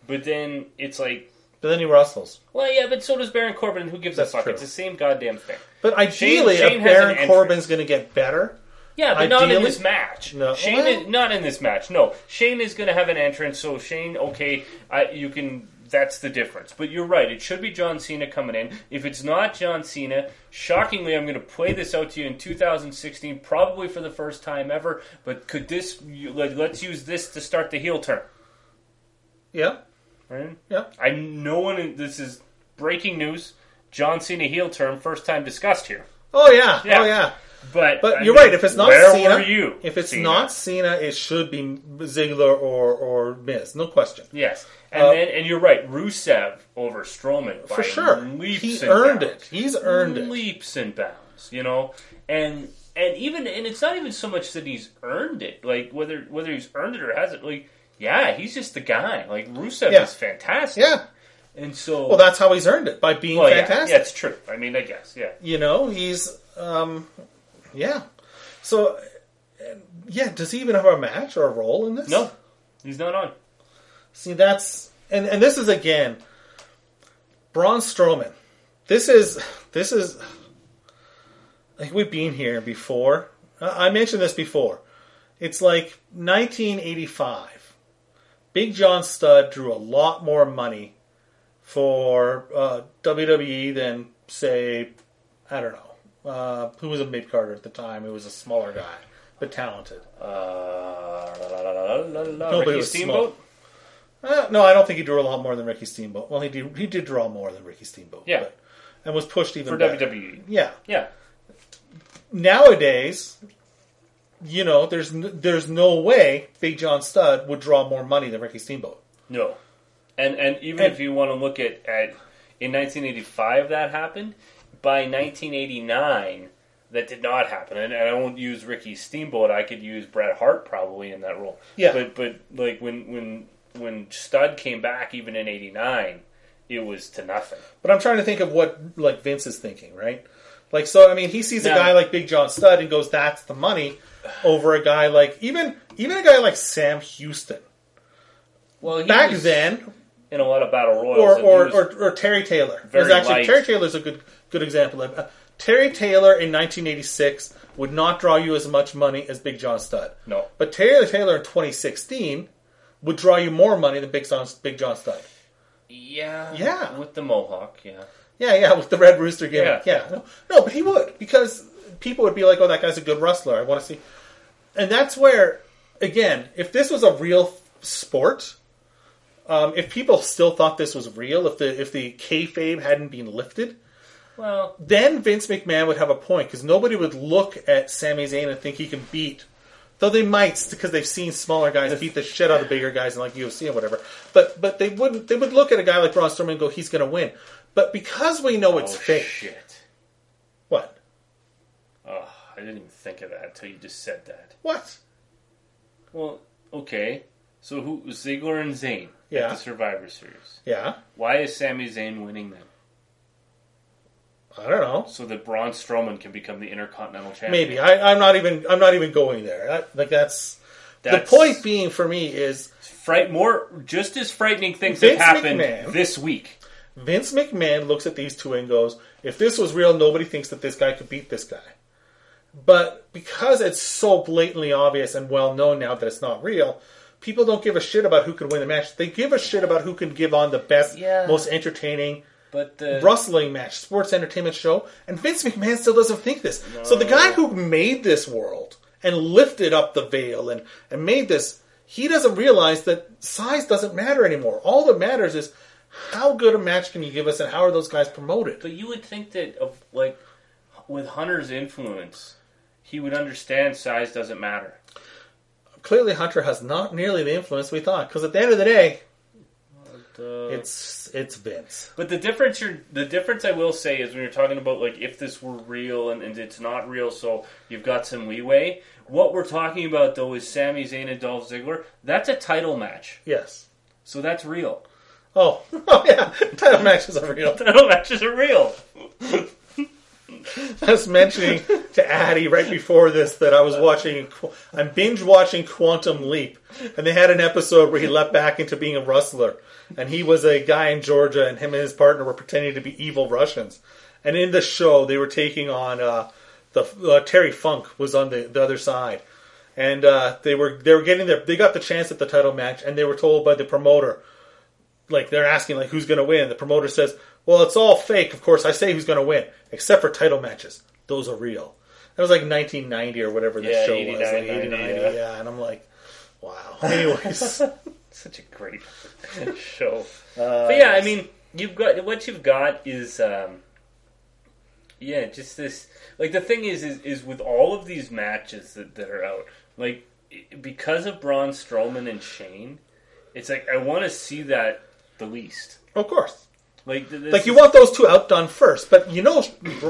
Speaker 2: But then it's like,
Speaker 3: But then he wrestles.
Speaker 2: well, yeah, but so does Baron Corbin. Who gives
Speaker 3: That's
Speaker 2: a fuck?
Speaker 3: true.
Speaker 2: It's the same goddamn thing.
Speaker 3: But ideally,
Speaker 2: Shane has
Speaker 3: if
Speaker 2: an
Speaker 3: Baron
Speaker 2: entrance.
Speaker 3: Corbin's going to get better,
Speaker 2: Yeah, but not in
Speaker 3: Ideally-
Speaker 2: this match.
Speaker 3: No.
Speaker 2: Shane
Speaker 3: Well-
Speaker 2: is not in this match. No, Shane is going to have an entrance. So Shane, okay, I, you can. That's the difference. But you're right. It should be John Cena coming in. If it's not John Cena, shockingly, I'm going to play this out to you in 2016, probably for the first time ever. But could this? you- Like, let's use this to start the heel turn.
Speaker 3: yeah,
Speaker 2: Right?
Speaker 3: yeah,
Speaker 2: I no one. This is breaking news. John Cena heel turn, first time discussed here.
Speaker 3: oh yeah,
Speaker 2: Yeah.
Speaker 3: oh yeah.
Speaker 2: But
Speaker 3: But
Speaker 2: I
Speaker 3: you're
Speaker 2: mean,
Speaker 3: right. If it's not
Speaker 2: where
Speaker 3: Cena,
Speaker 2: were you?
Speaker 3: if it's
Speaker 2: Cena?
Speaker 3: not Cena, it should be Ziggler or or Miz, no question.
Speaker 2: Yes, and
Speaker 3: Uh,
Speaker 2: then and you're right, Rusev over Strowman by
Speaker 3: For sure,
Speaker 2: Leaps
Speaker 3: he
Speaker 2: and
Speaker 3: earned
Speaker 2: bounds.
Speaker 3: it. He's earned it.
Speaker 2: Leaps and bounds, you know, and and even and it's not even so much that he's earned it, like whether whether he's earned it or hasn't. Like, yeah, he's just the guy. Like Rusev
Speaker 3: Yeah.
Speaker 2: is fantastic.
Speaker 3: Yeah.
Speaker 2: and so
Speaker 3: Well, that's how he's earned it by being
Speaker 2: well, yeah,
Speaker 3: fantastic.
Speaker 2: Yeah, it's true. I mean, I guess, yeah.
Speaker 3: You know, he's um, yeah. So uh, yeah, does he even have a match or a role in this?
Speaker 2: No, he's not on.
Speaker 3: See, that's and and this is again Braun Strowman. This is this is like we've been here before. I I mentioned this before. It's like 1985. Big John Studd drew a lot more money for uh, WWE than say, I don't know, uh, who was a mid carder at the time. Who was a smaller guy but talented.
Speaker 2: Uh, la, la, la, la, la, la.
Speaker 3: Nobody
Speaker 2: Uh, Ricky
Speaker 3: was
Speaker 2: Steamboat?
Speaker 3: small. Uh, no, I don't think he drew a lot more than Ricky Steamboat. Well, he did. He did draw more than Ricky Steamboat.
Speaker 2: Yeah.
Speaker 3: but- and was pushed even
Speaker 2: For E.
Speaker 3: better.
Speaker 2: WWE.
Speaker 3: Yeah,
Speaker 2: Yeah.
Speaker 3: nowadays, you know, there's n- there's no way Big John Studd would draw more money than Ricky Steamboat.
Speaker 2: No. And and even
Speaker 3: And-
Speaker 2: if you want to look at, at in 1985 that happened, by 1989 that did not happen. And, and I won't use Ricky Steamboat. I could use Bret Hart probably in that role.
Speaker 3: Yeah.
Speaker 2: But but like when when when Stud came back even in 89, it was to nothing.
Speaker 3: But I'm trying to think of what like Vince is thinking, right? Like, so I mean, he sees a
Speaker 2: No.
Speaker 3: guy like Big John Studd and goes, "That's the money," over a guy like even even a guy like Sam Houston
Speaker 2: Well, he
Speaker 3: back
Speaker 2: was
Speaker 3: then,
Speaker 2: in a lot of battle royals
Speaker 3: or
Speaker 2: and he
Speaker 3: or,
Speaker 2: was-
Speaker 3: or or Terry Taylor.
Speaker 2: very
Speaker 3: There's actually
Speaker 2: light.
Speaker 3: Terry Taylor's a good good example. of- uh, Terry Taylor in 1986 would not draw you as much money as Big John Studd.
Speaker 2: No.
Speaker 3: But Taylor Taylor in 2016 would draw you more money than Big John, Big John Studd.
Speaker 2: yeah
Speaker 3: Yeah.
Speaker 2: with the mohawk yeah
Speaker 3: Yeah, yeah, with the Red Rooster gimmick. Yeah.
Speaker 2: Yeah.
Speaker 3: No, no, but he would because people would be like, "Oh, that guy's a good wrestler. I want to see." And that's where, again, if this was a real sport, um, if people still thought this was real, if the if the kayfabe hadn't been lifted,
Speaker 2: well
Speaker 3: then Vince McMahon would have a point because nobody would look at Sami Zayn and think he can beat. Though they might, because they've seen smaller guys beat the shit out of bigger guys in like UFC or whatever. But but they wouldn't. They would look at a guy like Braun Strowman and go, "He's going to win." But because we know it's
Speaker 2: oh
Speaker 3: fake,
Speaker 2: shit
Speaker 3: what?
Speaker 2: oh I didn't even think of that until you just said that
Speaker 3: What?
Speaker 2: well okay so who Ziggler and Zayn
Speaker 3: Yeah.
Speaker 2: at the Survivor Series
Speaker 3: Yeah,
Speaker 2: why is Sami Zayn winning then
Speaker 3: I don't know.
Speaker 2: so that Braun Strowman can become the Intercontinental Champion
Speaker 3: Maybe I, I'm not even. I'm not even going there. That, like that's,
Speaker 2: That's-
Speaker 3: the point being for me is
Speaker 2: fright more just as frightening things
Speaker 3: Vince
Speaker 2: have happened
Speaker 3: McMahon.
Speaker 2: this week
Speaker 3: Vince McMahon looks at these two and goes, "If this was real, nobody thinks that this guy could beat this guy." But because it's so blatantly obvious and well known now that it's not real, people don't give a shit about who could win the match. They give a shit about who can give on the best,
Speaker 2: Yeah.
Speaker 3: most entertaining,
Speaker 2: but the
Speaker 3: wrestling match, sports entertainment show, and Vince McMahon still doesn't think this. So the guy who made this world and lifted up the veil and, and made this, he doesn't realize that size doesn't matter anymore. All that matters is how good a match can you give us and how are those guys promoted?
Speaker 2: But you would think that, of like, with Hunter's influence, he would understand size doesn't matter.
Speaker 3: Clearly Hunter has not nearly the influence we thought, because at the end of the day,
Speaker 2: But, uh,
Speaker 3: it's it's Vince.
Speaker 2: but the difference, you're, the difference I will say is when you're talking about like if this were real and, and it's not real, so you've got some leeway. What we're talking about though is Sami Zayn and Dolph Ziggler. That's a title match,
Speaker 3: Yes.
Speaker 2: so that's real. [LAUGHS]
Speaker 3: Oh, [LAUGHS] oh yeah, title matches are real.
Speaker 2: Title matches are real.
Speaker 3: [LAUGHS] I was mentioning to Addie right before this that I was watching, I'm binge watching Quantum Leap, and they had an episode where he leapt back into being a wrestler, and he was a guy in Georgia, and him and his partner were pretending to be evil Russians, and in the show they were taking on uh, the uh, Terry Funk was on the, the other side, and uh, they were they were getting their they got the chance at the title match, and they were told by the promoter like they're asking like who's going to win. The promoter says, "Well, it's all fake. Of course, I say who's going to win, except for title matches. Those are real." That was like 1990 or whatever this
Speaker 2: Yeah,
Speaker 3: show
Speaker 2: 89,
Speaker 3: was. Like
Speaker 2: 90,
Speaker 3: 89,
Speaker 2: yeah.
Speaker 3: yeah, and I'm like, wow. [LAUGHS] Anyways,
Speaker 2: Such a
Speaker 3: [LAUGHS]
Speaker 2: great show.
Speaker 3: Uh,
Speaker 2: but yeah, I mean, you've got what you've got is um, yeah, just this. Like the thing is, is, is with all of these matches that, that are out, like i- because of Braun Strowman and Shane, it's like I want to see that the least.
Speaker 3: of course,
Speaker 2: Like th- this
Speaker 3: like you
Speaker 2: is-
Speaker 3: want those two outdone first, but you know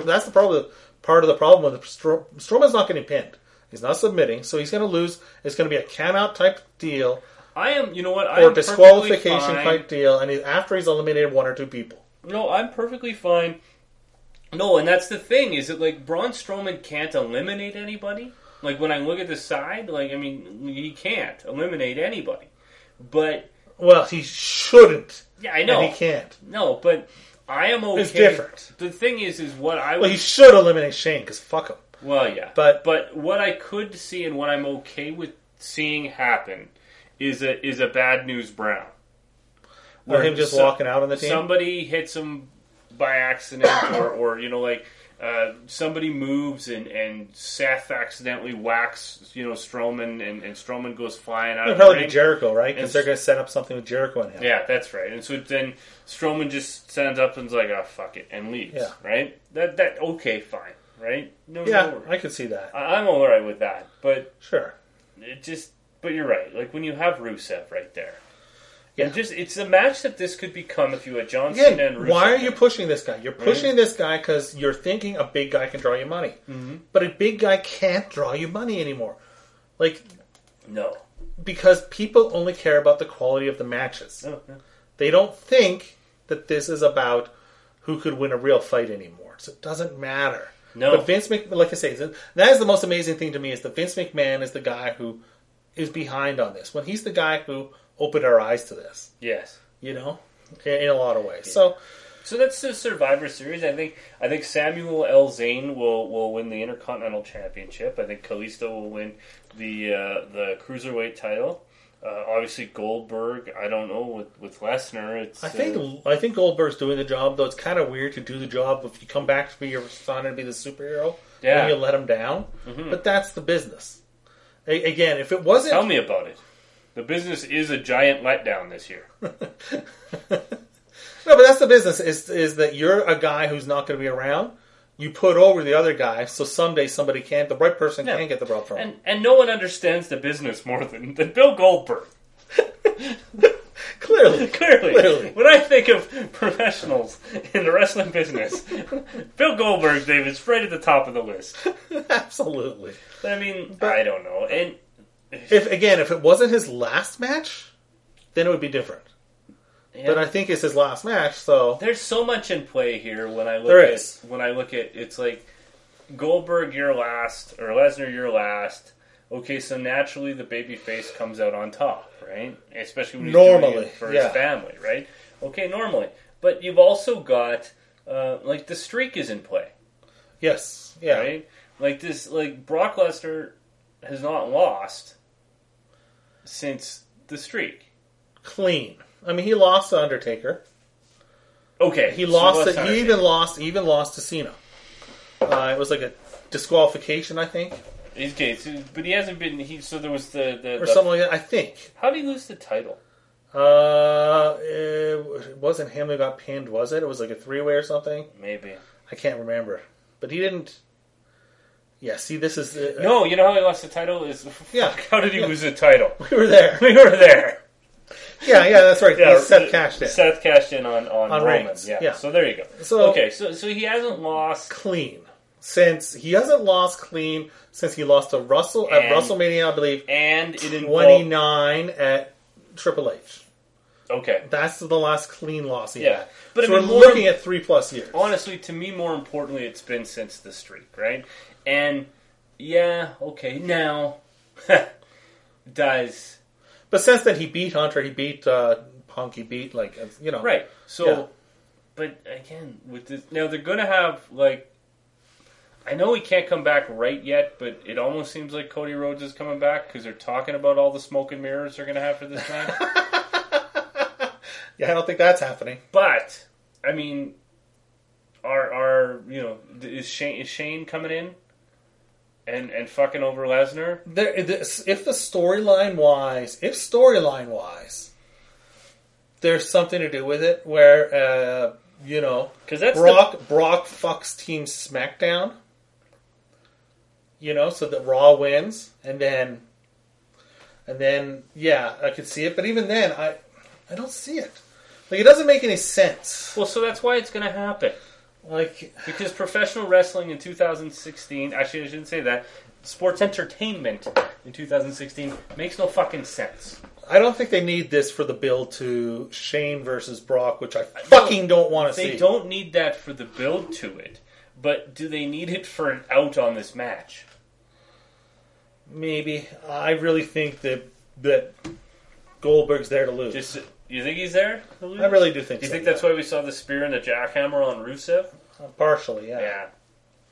Speaker 3: that's the problem. Part of the problem with Stro- Strowman's not getting pinned. He's not submitting, so he's going to lose. It's going to be a count out type deal
Speaker 2: I am. You know what? I
Speaker 3: or
Speaker 2: am
Speaker 3: disqualification
Speaker 2: perfectly fine.
Speaker 3: type deal, and he, after he's eliminated one or two people.
Speaker 2: No, I'm perfectly fine. No, and that's the thing is that like Braun Strowman can't eliminate anybody. Like when I look at the side, like I mean, he can't eliminate anybody. But
Speaker 3: Well, he shouldn't.
Speaker 2: yeah, I know
Speaker 3: And he can't.
Speaker 2: no, but I am okay.
Speaker 3: It's different.
Speaker 2: The thing is, is what I
Speaker 3: Well,
Speaker 2: was.
Speaker 3: he should eliminate Shane because fuck him.
Speaker 2: Well, yeah,
Speaker 3: But-
Speaker 2: but what I could see and what I'm okay with seeing happen is a is a bad news Brown.
Speaker 3: Or him just
Speaker 2: so-
Speaker 3: walking out on the team.
Speaker 2: Somebody hits him by
Speaker 3: [COUGHS]
Speaker 2: accident, or, or you know, like uh, somebody moves and and Seth accidentally whacks you know Strowman, and, and Strowman goes flying out.
Speaker 3: It'd
Speaker 2: of the
Speaker 3: probably be
Speaker 2: ring.
Speaker 3: Jericho, right? Because
Speaker 2: It's-
Speaker 3: they're going to set up something with Jericho and him.
Speaker 2: Yeah, that's right. And so then Strowman just stands up and's like, "Oh fuck it," and leaves.
Speaker 3: Yeah.
Speaker 2: Right? That that okay, fine. Right? No,
Speaker 3: Yeah,
Speaker 2: no.
Speaker 3: I could see that.
Speaker 2: I, I'm all right with that, but
Speaker 3: Sure.
Speaker 2: it just. But you're right. Like when you have Rusev right there.
Speaker 3: Yeah.
Speaker 2: And just it's a match that this could become if you had John
Speaker 3: Again,
Speaker 2: Cena and Rusev.
Speaker 3: why are you pushing this guy? You're pushing this guy because you're thinking a big guy can draw you money,
Speaker 2: Mm-hmm.
Speaker 3: but a big guy can't draw you money anymore. Like
Speaker 2: No.
Speaker 3: because people only care about the quality of the matches.
Speaker 2: No, no.
Speaker 3: They don't think that this is about who could win a real fight anymore. So it doesn't matter.
Speaker 2: No.
Speaker 3: But Vince Mc, like I say, that is the most amazing thing to me is that Vince McMahon is the guy who is behind on this. When he's the guy who opened our eyes to this,
Speaker 2: Yes.
Speaker 3: you know, in, in a lot of ways. So
Speaker 2: So that's the Survivor Series. I think I think Samuel L. Zane will, will win the Intercontinental Championship. I think Kalisto will win the uh, the cruiserweight title. Uh, obviously Goldberg. I don't know with with Lesnar. It's
Speaker 3: I
Speaker 2: uh,
Speaker 3: think I think Goldberg's doing the job, though it's kind of weird to do the job if you come back to be your son and be the superhero,
Speaker 2: Yeah. Mm-hmm.
Speaker 3: and you let him down. But that's the business. A- again, if it wasn't
Speaker 2: tell me about it. The business is a giant letdown this year.
Speaker 3: No, but that's the business is is that you're a guy who's not going to be around. You put over the other guy, so someday somebody can the right person
Speaker 2: Yeah.
Speaker 3: can get the belt from. him.
Speaker 2: And and no one understands the business more than, than Bill Goldberg. [LAUGHS]
Speaker 3: Clearly, [LAUGHS]
Speaker 2: Clearly.
Speaker 3: Clearly.
Speaker 2: When I think of professionals in the wrestling business, [LAUGHS] Bill Goldberg, Dave, is right at the top of the list.
Speaker 3: absolutely.
Speaker 2: I mean, I don't know. And
Speaker 3: If again, if it wasn't his last match, then it would be different.
Speaker 2: yeah,
Speaker 3: But I think it's his last match, so
Speaker 2: there's so much in play here when I look
Speaker 3: There
Speaker 2: at
Speaker 3: is.
Speaker 2: when I look at it's like Goldberg you're last or Lesnar you're last. Okay, so naturally the baby face comes out on top, right? Especially when he's doing
Speaker 3: Normally,
Speaker 2: it for
Speaker 3: yeah.
Speaker 2: his family, right? Okay, normally. But you've also got uh, like the streak is in play.
Speaker 3: yes, yeah.
Speaker 2: right? Like this, like Brock Lesnar has not lost since the streak.
Speaker 3: clean. I mean, he lost to Undertaker.
Speaker 2: Okay,
Speaker 3: He
Speaker 2: so uh,
Speaker 3: lost.
Speaker 2: what's
Speaker 3: To,
Speaker 2: our-
Speaker 3: he even lost. He even lost to Cena. Uh, it was like a disqualification, I think,
Speaker 2: He's gay, so- but he hasn't been. He so there was the the.
Speaker 3: or
Speaker 2: the-
Speaker 3: something like that. I think.
Speaker 2: How did he lose the title?
Speaker 3: Uh, it wasn't him who got pinned, was it? It was like a three way or something.
Speaker 2: Maybe
Speaker 3: I can't remember, but he didn't. Yeah, see, this is uh,
Speaker 2: no. You know how he lost the title is.
Speaker 3: Yeah.
Speaker 2: [LAUGHS]
Speaker 3: [LAUGHS]
Speaker 2: How did he
Speaker 3: Yeah.
Speaker 2: lose the title? [LAUGHS]
Speaker 3: We were there. [LAUGHS]
Speaker 2: We were there.
Speaker 3: Yeah, yeah, that's right. Yeah, Seth cashed it
Speaker 2: Seth cashed in on on,
Speaker 3: On
Speaker 2: Roman.
Speaker 3: Reigns,
Speaker 2: Yeah.
Speaker 3: yeah.
Speaker 2: So there you go.
Speaker 3: So-
Speaker 2: okay. So so he hasn't lost.
Speaker 3: clean since he hasn't lost clean since he lost to Russell at
Speaker 2: And-
Speaker 3: WrestleMania, I believe,
Speaker 2: And it
Speaker 3: twenty
Speaker 2: involved.
Speaker 3: nine at Triple H.
Speaker 2: Okay.
Speaker 3: That's the last clean loss he
Speaker 2: Yeah.
Speaker 3: had.
Speaker 2: But I
Speaker 3: so
Speaker 2: mean,
Speaker 3: we're
Speaker 2: more-
Speaker 3: looking at three plus years.
Speaker 2: honestly, to me, more importantly, it's been since the streak, right? And yeah, okay, now [LAUGHS] does
Speaker 3: But since then, he beat Hunter. He beat uh, Punk. He beat like uh, you know
Speaker 2: right? So,
Speaker 3: Yeah.
Speaker 2: but again, with this now, they're gonna have like. I know he can't come back right yet, but it almost seems like Cody Rhodes is coming back because they're talking about all the smoke and mirrors they're going to have for this
Speaker 3: [LAUGHS]
Speaker 2: match.
Speaker 3: Yeah, I don't think that's happening.
Speaker 2: but I mean, are are you know is Shane is Shane coming in and and fucking over Lesnar?
Speaker 3: there, this, if the storyline wise, if storyline wise, there's something to do with it where uh, you know
Speaker 2: Because that's the-
Speaker 3: Brock Brock fucks Team SmackDown, you know, so that Raw wins, and then and then yeah, I could see it, but even then, I I don't see it. Like it doesn't make any sense.
Speaker 2: Well, so that's why it's going to happen.
Speaker 3: Like
Speaker 2: Because professional wrestling in 2016, actually, I shouldn't say that, sports entertainment in 2016 makes no fucking sense.
Speaker 3: I don't think they need this for the build to Shane versus Brock, which I fucking don't want to see.
Speaker 2: They don't need that for the build to it, but do they need it for an out on this match?
Speaker 3: Maybe I really think that that Goldberg's there to lose.
Speaker 2: Just You think he's there?
Speaker 3: I really do think
Speaker 2: Do you
Speaker 3: so.
Speaker 2: think that's why we saw the spear and the jackhammer on Rusev?
Speaker 3: why? Partially, yeah. yeah.
Speaker 2: Yeah.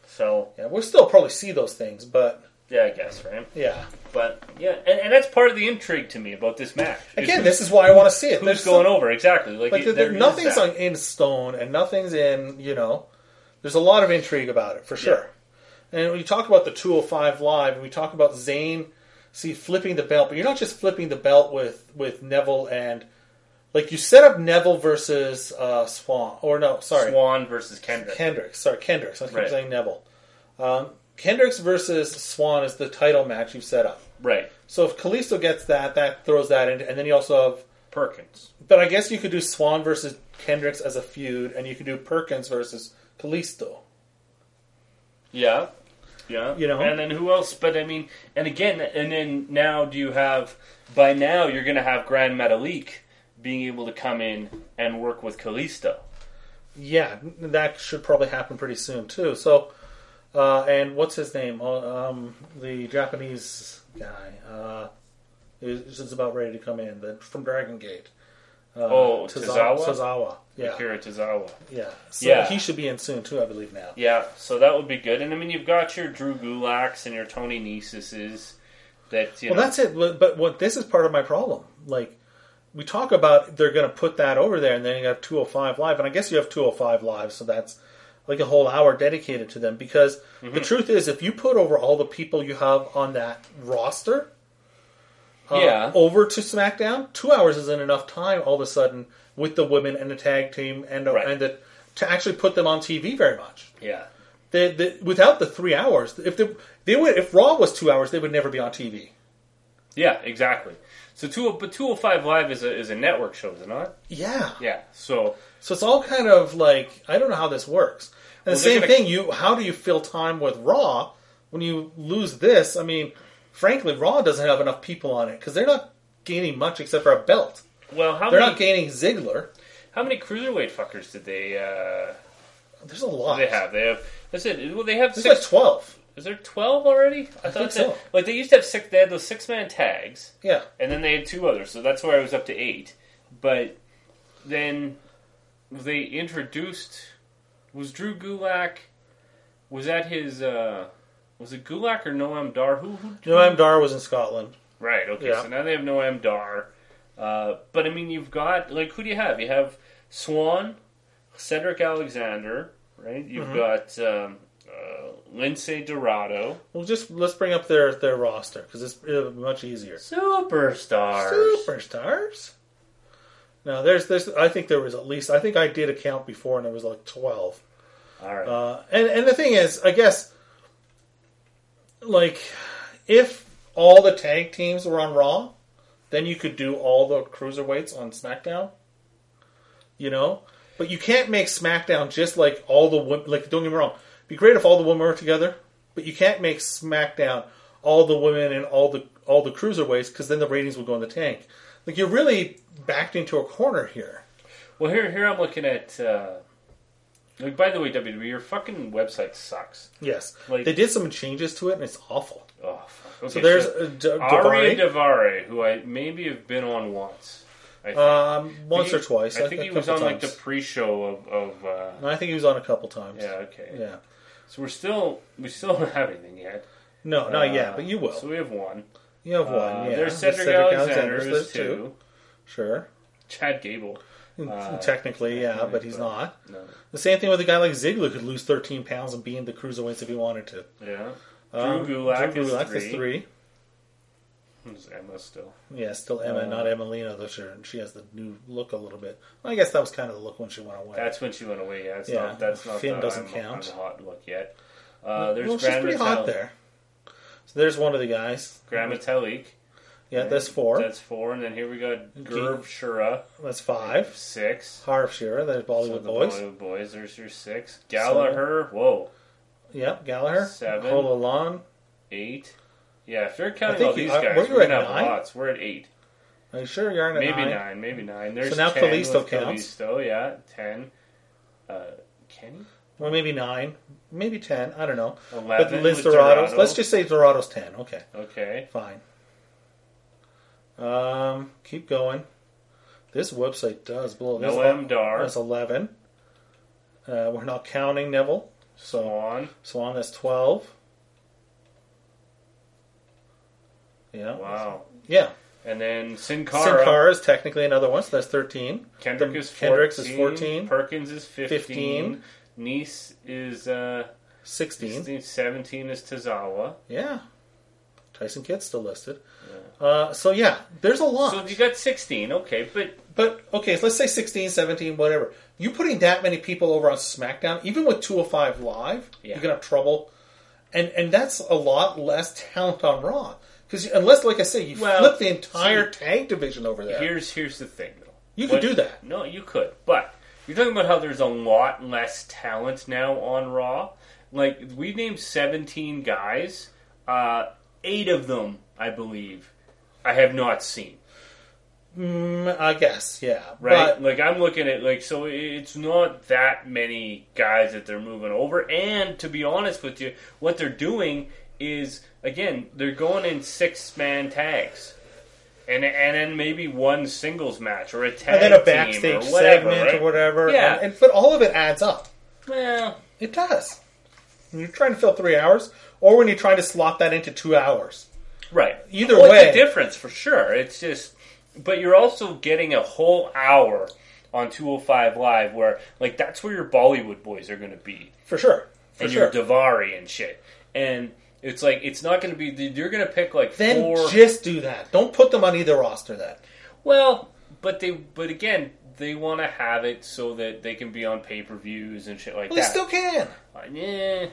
Speaker 2: So
Speaker 3: We'll still probably see those things, but
Speaker 2: yeah, I guess right.
Speaker 3: yeah.
Speaker 2: But yeah, and, and that's part of the intrigue to me about this match. is
Speaker 3: Again, this is why I want to see it.
Speaker 2: who's
Speaker 3: There's
Speaker 2: going
Speaker 3: some-
Speaker 2: over exactly? Like,
Speaker 3: Like,
Speaker 2: it-
Speaker 3: there-
Speaker 2: there
Speaker 3: there-
Speaker 2: is
Speaker 3: nothing's
Speaker 2: that.
Speaker 3: on, in stone and nothing's in, you know, there's a lot of intrigue about it, for sure. And when you talk about the 205 Live, and we talk about Zayn, see, flipping the belt, but you're not just flipping the belt with, with Neville and, like, you set up Neville versus uh, Swan, or no, sorry,
Speaker 2: Swan versus Kendrick.
Speaker 3: Kendricks. Sorry, Kendricks. I keep
Speaker 2: Right.
Speaker 3: saying Neville. Um, Kendricks versus Swan is the title match you've set up.
Speaker 2: right.
Speaker 3: So if Kalisto gets that, that throws that in, and then you also have.
Speaker 2: Perkins.
Speaker 3: But I guess you could do Swan versus Kendricks as a feud, and you could do Perkins versus Kalisto.
Speaker 2: Yeah. Yeah.
Speaker 3: You know?
Speaker 2: And then who else? But I mean, and again, and then now do you have, by now you're going to have Grand Metalik being able to come in and work with Kalisto.
Speaker 3: Yeah, that should probably happen pretty soon too. So, uh, and what's his name? Uh, Um, the Japanese guy uh, is, is about ready to come in the, from Dragon Gate. Uh,
Speaker 2: Oh,
Speaker 3: Toza-
Speaker 2: Tozawa?
Speaker 3: Tozawa. Yeah.
Speaker 2: Akira Tozawa.
Speaker 3: Yeah. So
Speaker 2: Yeah.
Speaker 3: he should be in soon too, I believe now.
Speaker 2: Yeah, so that would be good. And I mean, you've got your Drew Gulaks and your Tony Nesises. That you
Speaker 3: Well,
Speaker 2: know,
Speaker 3: that's it. But but what this is part of my problem. Like we talk about, they're going to put that over there, and then you have 205 live, and I guess you have 205 live, so that's like a whole hour dedicated to them. Because
Speaker 2: Mm-hmm.
Speaker 3: the truth is, if you put over all the people you have on that roster, uh,
Speaker 2: Yeah.
Speaker 3: over to SmackDown, two hours isn't enough time. All of a sudden, with the women and the tag team, and uh,
Speaker 2: Right.
Speaker 3: and the, to actually put them on TV very much.
Speaker 2: yeah,
Speaker 3: They, they, without the three hours, if they, they would, if Raw was two hours, they would never be on TV.
Speaker 2: yeah, exactly. So two, but two hundred five live is a is a network show, is it not?
Speaker 3: Yeah.
Speaker 2: Yeah. So
Speaker 3: So it's all kind of like I don't know how this works. And the
Speaker 2: they're
Speaker 3: same
Speaker 2: gonna-
Speaker 3: thing, you how do you fill time with Raw when you lose this? I mean, frankly, Raw doesn't have enough people on it because they're not gaining much except for a belt.
Speaker 2: well, how
Speaker 3: They're
Speaker 2: many
Speaker 3: not gaining Ziggler.
Speaker 2: how many cruiserweight fuckers did they uh,
Speaker 3: There's a lot.
Speaker 2: they have? They have. That's it. Well, they have
Speaker 3: There's
Speaker 2: six.
Speaker 3: like twelve.
Speaker 2: Is there twelve already? I,
Speaker 3: think
Speaker 2: thought
Speaker 3: so.
Speaker 2: that- Like they used to have six. They had those six man tags.
Speaker 3: Yeah.
Speaker 2: and then they had two others, so that's where I was up to eight. But then they introduced was Drew Gulak. Was that his? uh Was it Gulak or Noam Dar? Who? who
Speaker 3: Noam Dar was in Scotland.
Speaker 2: Right. Okay.
Speaker 3: Yeah.
Speaker 2: So now they have Noam Dar. Uh, but I mean, you've got like who do you have? You have Swan, Cedric Alexander, right? You've
Speaker 3: Mm-hmm.
Speaker 2: got um, uh, Lindsay Dorado,
Speaker 3: Well, just let's bring up their their roster because it's uh, much easier.
Speaker 2: superstars.
Speaker 3: Superstars. Now there's there's I think there was at least I think I did a count before and it was like twelve.
Speaker 2: All right.
Speaker 3: Uh, and and the thing is, I guess, like, if all the tag teams were on Raw, then you could do all the cruiserweights on SmackDown. You know, but you can't make SmackDown just like all the women. Like, don't get me wrong, it'd be great if all the women were together, but you can't make SmackDown all the women and all the all the cruiserweights because then the ratings will go in the tank. Like, you're really backed into a corner here.
Speaker 2: Well, here, here I'm looking at. Uh, like, by the way, WWE, your fucking website sucks.
Speaker 3: Yes,
Speaker 2: Like-
Speaker 3: they did some changes to it, and it's awful.
Speaker 2: Oh, fuck. Okay,
Speaker 3: So there's uh, D-
Speaker 2: Ari
Speaker 3: Davari.
Speaker 2: Davare, who I maybe have been on once. I think.
Speaker 3: Um, once
Speaker 2: He-
Speaker 3: or twice.
Speaker 2: I think he was on
Speaker 3: couple
Speaker 2: like the
Speaker 3: times.
Speaker 2: pre-show of. of uh,
Speaker 3: No, I think he was on a couple times.
Speaker 2: yeah. Okay.
Speaker 3: Yeah.
Speaker 2: So we're still we still [LAUGHS] don't have anything yet.
Speaker 3: No, not
Speaker 2: Uh,
Speaker 3: yet, but you will.
Speaker 2: So we have one.
Speaker 3: you have one.
Speaker 2: Uh,
Speaker 3: yeah.
Speaker 2: There's Cedric, Alexander.
Speaker 3: Alexander's,
Speaker 2: There's two.
Speaker 3: two. Sure.
Speaker 2: Chad Gable. Uh,
Speaker 3: Technically, yeah, but he's
Speaker 2: but-
Speaker 3: not.
Speaker 2: No.
Speaker 3: The same thing with a guy like Ziggler could lose 13 pounds and be in the cruiserweights if he wanted to.
Speaker 2: Yeah.
Speaker 3: Um,
Speaker 2: Drew Gulak,
Speaker 3: Drew
Speaker 2: is,
Speaker 3: Gulak
Speaker 2: three.
Speaker 3: is three.
Speaker 2: Who's Emma still?
Speaker 3: Yeah, still
Speaker 2: Uh,
Speaker 3: Emma, not Emelina, though she, she has the new look a little bit. I guess that was kind of the look when she went away.
Speaker 2: That's when she went away. Yeah, that's
Speaker 3: Yeah,
Speaker 2: not that's not
Speaker 3: Finn
Speaker 2: the,
Speaker 3: doesn't
Speaker 2: I'm,
Speaker 3: count.
Speaker 2: I'm hot look yet. Uh, there's
Speaker 3: well, she's
Speaker 2: Grand
Speaker 3: pretty
Speaker 2: Metall-
Speaker 3: hot there. So there's one of the guys.
Speaker 2: Grand Metalik.
Speaker 3: Yeah, that's four. That's,
Speaker 2: That's four, and then here we got Gerb Shura
Speaker 3: five.
Speaker 2: six.
Speaker 3: Harv Shearer, there's
Speaker 2: So
Speaker 3: Bollywood
Speaker 2: the
Speaker 3: Boys.
Speaker 2: Bollywood boys, there's your six. Gallagher, whoa,
Speaker 3: Yep, Gallagher.
Speaker 2: Seven.
Speaker 3: Hololan.
Speaker 2: eight. Yeah, if you're
Speaker 3: I
Speaker 2: counting
Speaker 3: think
Speaker 2: all these
Speaker 3: you- uh,
Speaker 2: guys,
Speaker 3: were you
Speaker 2: we're gonna
Speaker 3: at
Speaker 2: have
Speaker 3: nine?
Speaker 2: lots. We're at eight,
Speaker 3: Are you sure you're in a
Speaker 2: maybe
Speaker 3: nine?
Speaker 2: nine. maybe nine. There's
Speaker 3: now
Speaker 2: 10
Speaker 3: Kalisto
Speaker 2: with
Speaker 3: counts.
Speaker 2: Kalisto, yeah, ten. Uh, Kenny,
Speaker 3: Well, maybe nine. Maybe ten. I don't know.
Speaker 2: eleven.
Speaker 3: but Liz
Speaker 2: with
Speaker 3: Dorados.
Speaker 2: Dorado.
Speaker 3: Let's just say Dorados ten. Okay,
Speaker 2: okay.
Speaker 3: fine. Um, keep going. This website does blow. That's
Speaker 2: Noam Dar.
Speaker 3: That's 11. Uh, we're not counting Neville. So
Speaker 2: Swan.
Speaker 3: Swan, that's 12. Yeah.
Speaker 2: Wow.
Speaker 3: Yeah.
Speaker 2: And then Sin Cara.
Speaker 3: Sin Cara is technically another one, so that's 13.
Speaker 2: Kendrick
Speaker 3: The-
Speaker 2: is 14,
Speaker 3: Kendrick's is 14.
Speaker 2: Perkins is 15.
Speaker 3: 15.
Speaker 2: Nice is uh,
Speaker 3: 16.
Speaker 2: 16, 17 is Tazawa.
Speaker 3: Yeah. Tyson Kidd's still listed. Uh, so, yeah, there's a lot.
Speaker 2: So you got 16, okay, but
Speaker 3: But okay, so let's say 16, 17, whatever. You putting that many people over on SmackDown, even with 205 Live,
Speaker 2: Yeah.
Speaker 3: you're gonna have trouble. And and that's a lot less talent on Raw because unless, like I say, you
Speaker 2: Well,
Speaker 3: flip the entire tag division over there.
Speaker 2: here's here's the thing though.
Speaker 3: You could
Speaker 2: What-
Speaker 3: do that.
Speaker 2: No, you could. But you're talking about how there's a lot less talent now on Raw. Like we named 17 guys, uh, 8 of them, I believe, I have not seen.
Speaker 3: Mm, I guess, yeah.
Speaker 2: Right?
Speaker 3: But
Speaker 2: like I'm looking at like so it's not that many guys that they're moving over and to be honest with you, what they're doing is again, they're going in six man tags. And and then maybe one singles match or a tag
Speaker 3: and then a
Speaker 2: team
Speaker 3: backstage
Speaker 2: or whatever,
Speaker 3: segment
Speaker 2: right?
Speaker 3: or whatever.
Speaker 2: Yeah.
Speaker 3: And, and- but all of it adds up.
Speaker 2: Well,
Speaker 3: It does. When you're trying to fill three hours, or when you're trying to slot that into two hours.
Speaker 2: right.
Speaker 3: Either
Speaker 2: Well, it's
Speaker 3: way.
Speaker 2: a difference for sure. It's just, but you're also getting a whole hour on 205 Live, where like that's where your Bollywood boys are going to be,
Speaker 3: For sure. For
Speaker 2: and
Speaker 3: sure.
Speaker 2: your Davari and shit, and it's like it's not going to be. You're going to pick like
Speaker 3: then
Speaker 2: four.
Speaker 3: just do that. Don't put them on either roster. That
Speaker 2: well, but they, but again, they want to have it so that they can be on pay per views and shit like
Speaker 3: well, they
Speaker 2: that.
Speaker 3: still can.
Speaker 2: yeah,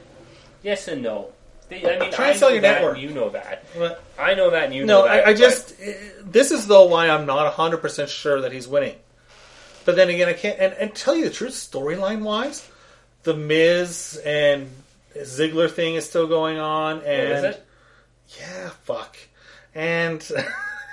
Speaker 2: yes and no. They, I mean,
Speaker 3: Try
Speaker 2: I
Speaker 3: and sell
Speaker 2: know
Speaker 3: your
Speaker 2: that,
Speaker 3: network.
Speaker 2: You know that.
Speaker 3: But-
Speaker 2: I know that. And you
Speaker 3: no,
Speaker 2: know that.
Speaker 3: I, I
Speaker 2: but-
Speaker 3: just eh, this is though why I'm not 100 percent sure that he's winning. But then again, I can't. And, and tell you the truth, storyline wise, the Miz and Ziggler thing is still going on. And
Speaker 2: is it?
Speaker 3: yeah, fuck. And [LAUGHS]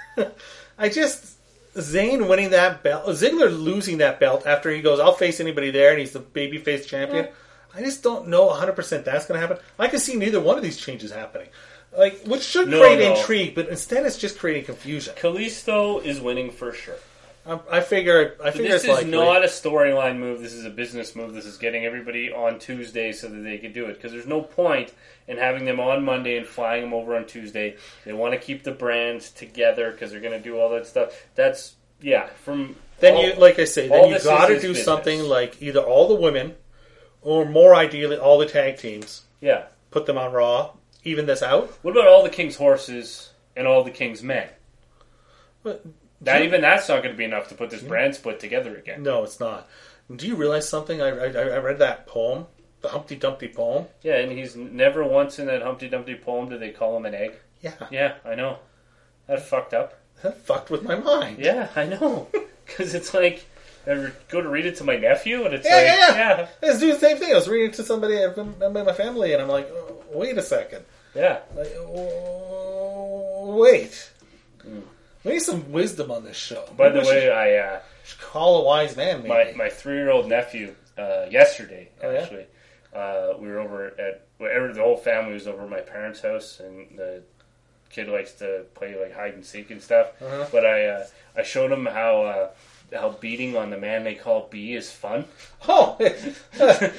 Speaker 3: I just Zayn winning that belt, Ziggler losing that belt after he goes, I'll face anybody there, and he's the babyface champion. I just don't know 100 percent that's going to happen. I can see neither one of these changes happening, like which should
Speaker 2: No,
Speaker 3: create
Speaker 2: no.
Speaker 3: intrigue, but instead it's just creating confusion.
Speaker 2: Callisto is winning for sure.
Speaker 3: I, I figure, I figure
Speaker 2: This
Speaker 3: it's
Speaker 2: is
Speaker 3: likely.
Speaker 2: not a storyline move. This is a business move. This is getting everybody on Tuesday so that they could do it. Because there's no point in having them on Monday and flying them over on Tuesday. They want to keep the brands together because they're going to do all that stuff. That's yeah. From
Speaker 3: then
Speaker 2: all-
Speaker 3: you, like I say,
Speaker 2: all
Speaker 3: then you
Speaker 2: this
Speaker 3: got to
Speaker 2: is
Speaker 3: do
Speaker 2: business.
Speaker 3: something like either all the women, or more ideally, all the tag teams.
Speaker 2: yeah.
Speaker 3: Put them on Raw, even this out.
Speaker 2: What about all the king's horses and all the king's men?
Speaker 3: But
Speaker 2: Not even that's not going to be enough to put this brand split together again.
Speaker 3: No, it's not. Do you realize something? I, I, I read that poem, the Humpty Dumpty poem.
Speaker 2: Yeah, and he's never once in that Humpty Dumpty poem did they call him an egg.
Speaker 3: Yeah,
Speaker 2: Yeah, I know. That fucked up.
Speaker 3: that fucked with my mind.
Speaker 2: Yeah, I know. [LAUGHS] Because it's like, I re- go to read it to my nephew, and it's
Speaker 3: yeah,
Speaker 2: like,
Speaker 3: yeah, yeah.
Speaker 2: yeah,
Speaker 3: I was doing the same thing. I was reading it to somebody I remember in my family, and I'm like, "Oh, wait a second,
Speaker 2: yeah.
Speaker 3: like, oh, wait. Hmm. We need some wisdom on this show.
Speaker 2: By
Speaker 3: Maybe
Speaker 2: the
Speaker 3: we
Speaker 2: way, I uh,
Speaker 3: should call a wise man.
Speaker 2: my
Speaker 3: Maybe.
Speaker 2: my three year old nephew uh, yesterday
Speaker 3: Oh, yeah?
Speaker 2: actually, uh, we were over at wherever the whole family was over at my parents' house, and the kid likes to play like hide and seek and stuff.
Speaker 3: Uh-huh.
Speaker 2: But I uh, I showed him how. Uh, how beating on the man they call B is fun.
Speaker 3: [LAUGHS]
Speaker 2: [LAUGHS]
Speaker 3: Oh, [LAUGHS]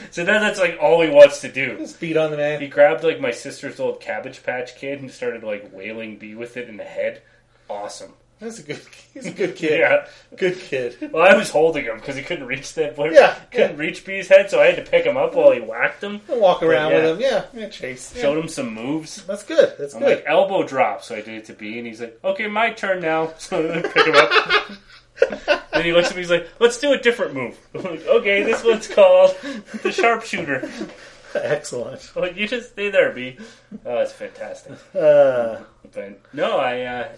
Speaker 2: So then that's like all he wants to do.
Speaker 3: just beat on the man.
Speaker 2: He grabbed like my sister's old Cabbage Patch Kid and started like wailing bee with it in the head. Awesome.
Speaker 3: That's a good. He's a good kid.
Speaker 2: Yeah.
Speaker 3: good kid.
Speaker 2: Well, I was holding him because he couldn't reach that boy.
Speaker 3: Yeah,
Speaker 2: couldn't reach Bee's head, so I had to pick him up while he whacked him.
Speaker 3: Walk around
Speaker 2: Yeah.
Speaker 3: with him. Yeah, yeah chase. Yeah.
Speaker 2: Showed him some moves.
Speaker 3: That's good. That's
Speaker 2: I'm
Speaker 3: good.
Speaker 2: like elbow drop, so I did it to Bee, and he's like, "Okay, my turn now." [LAUGHS] So I pick him up.
Speaker 3: [LAUGHS]
Speaker 2: then he looks at me. He's like, "Let's do a different move." [LAUGHS] I'm like, "Okay, this one's called the sharpshooter." [LAUGHS]
Speaker 3: Excellent.
Speaker 2: I'm like, you just stay there, Bee. Oh, it's fantastic.
Speaker 3: Uh,
Speaker 2: But no, I, uh,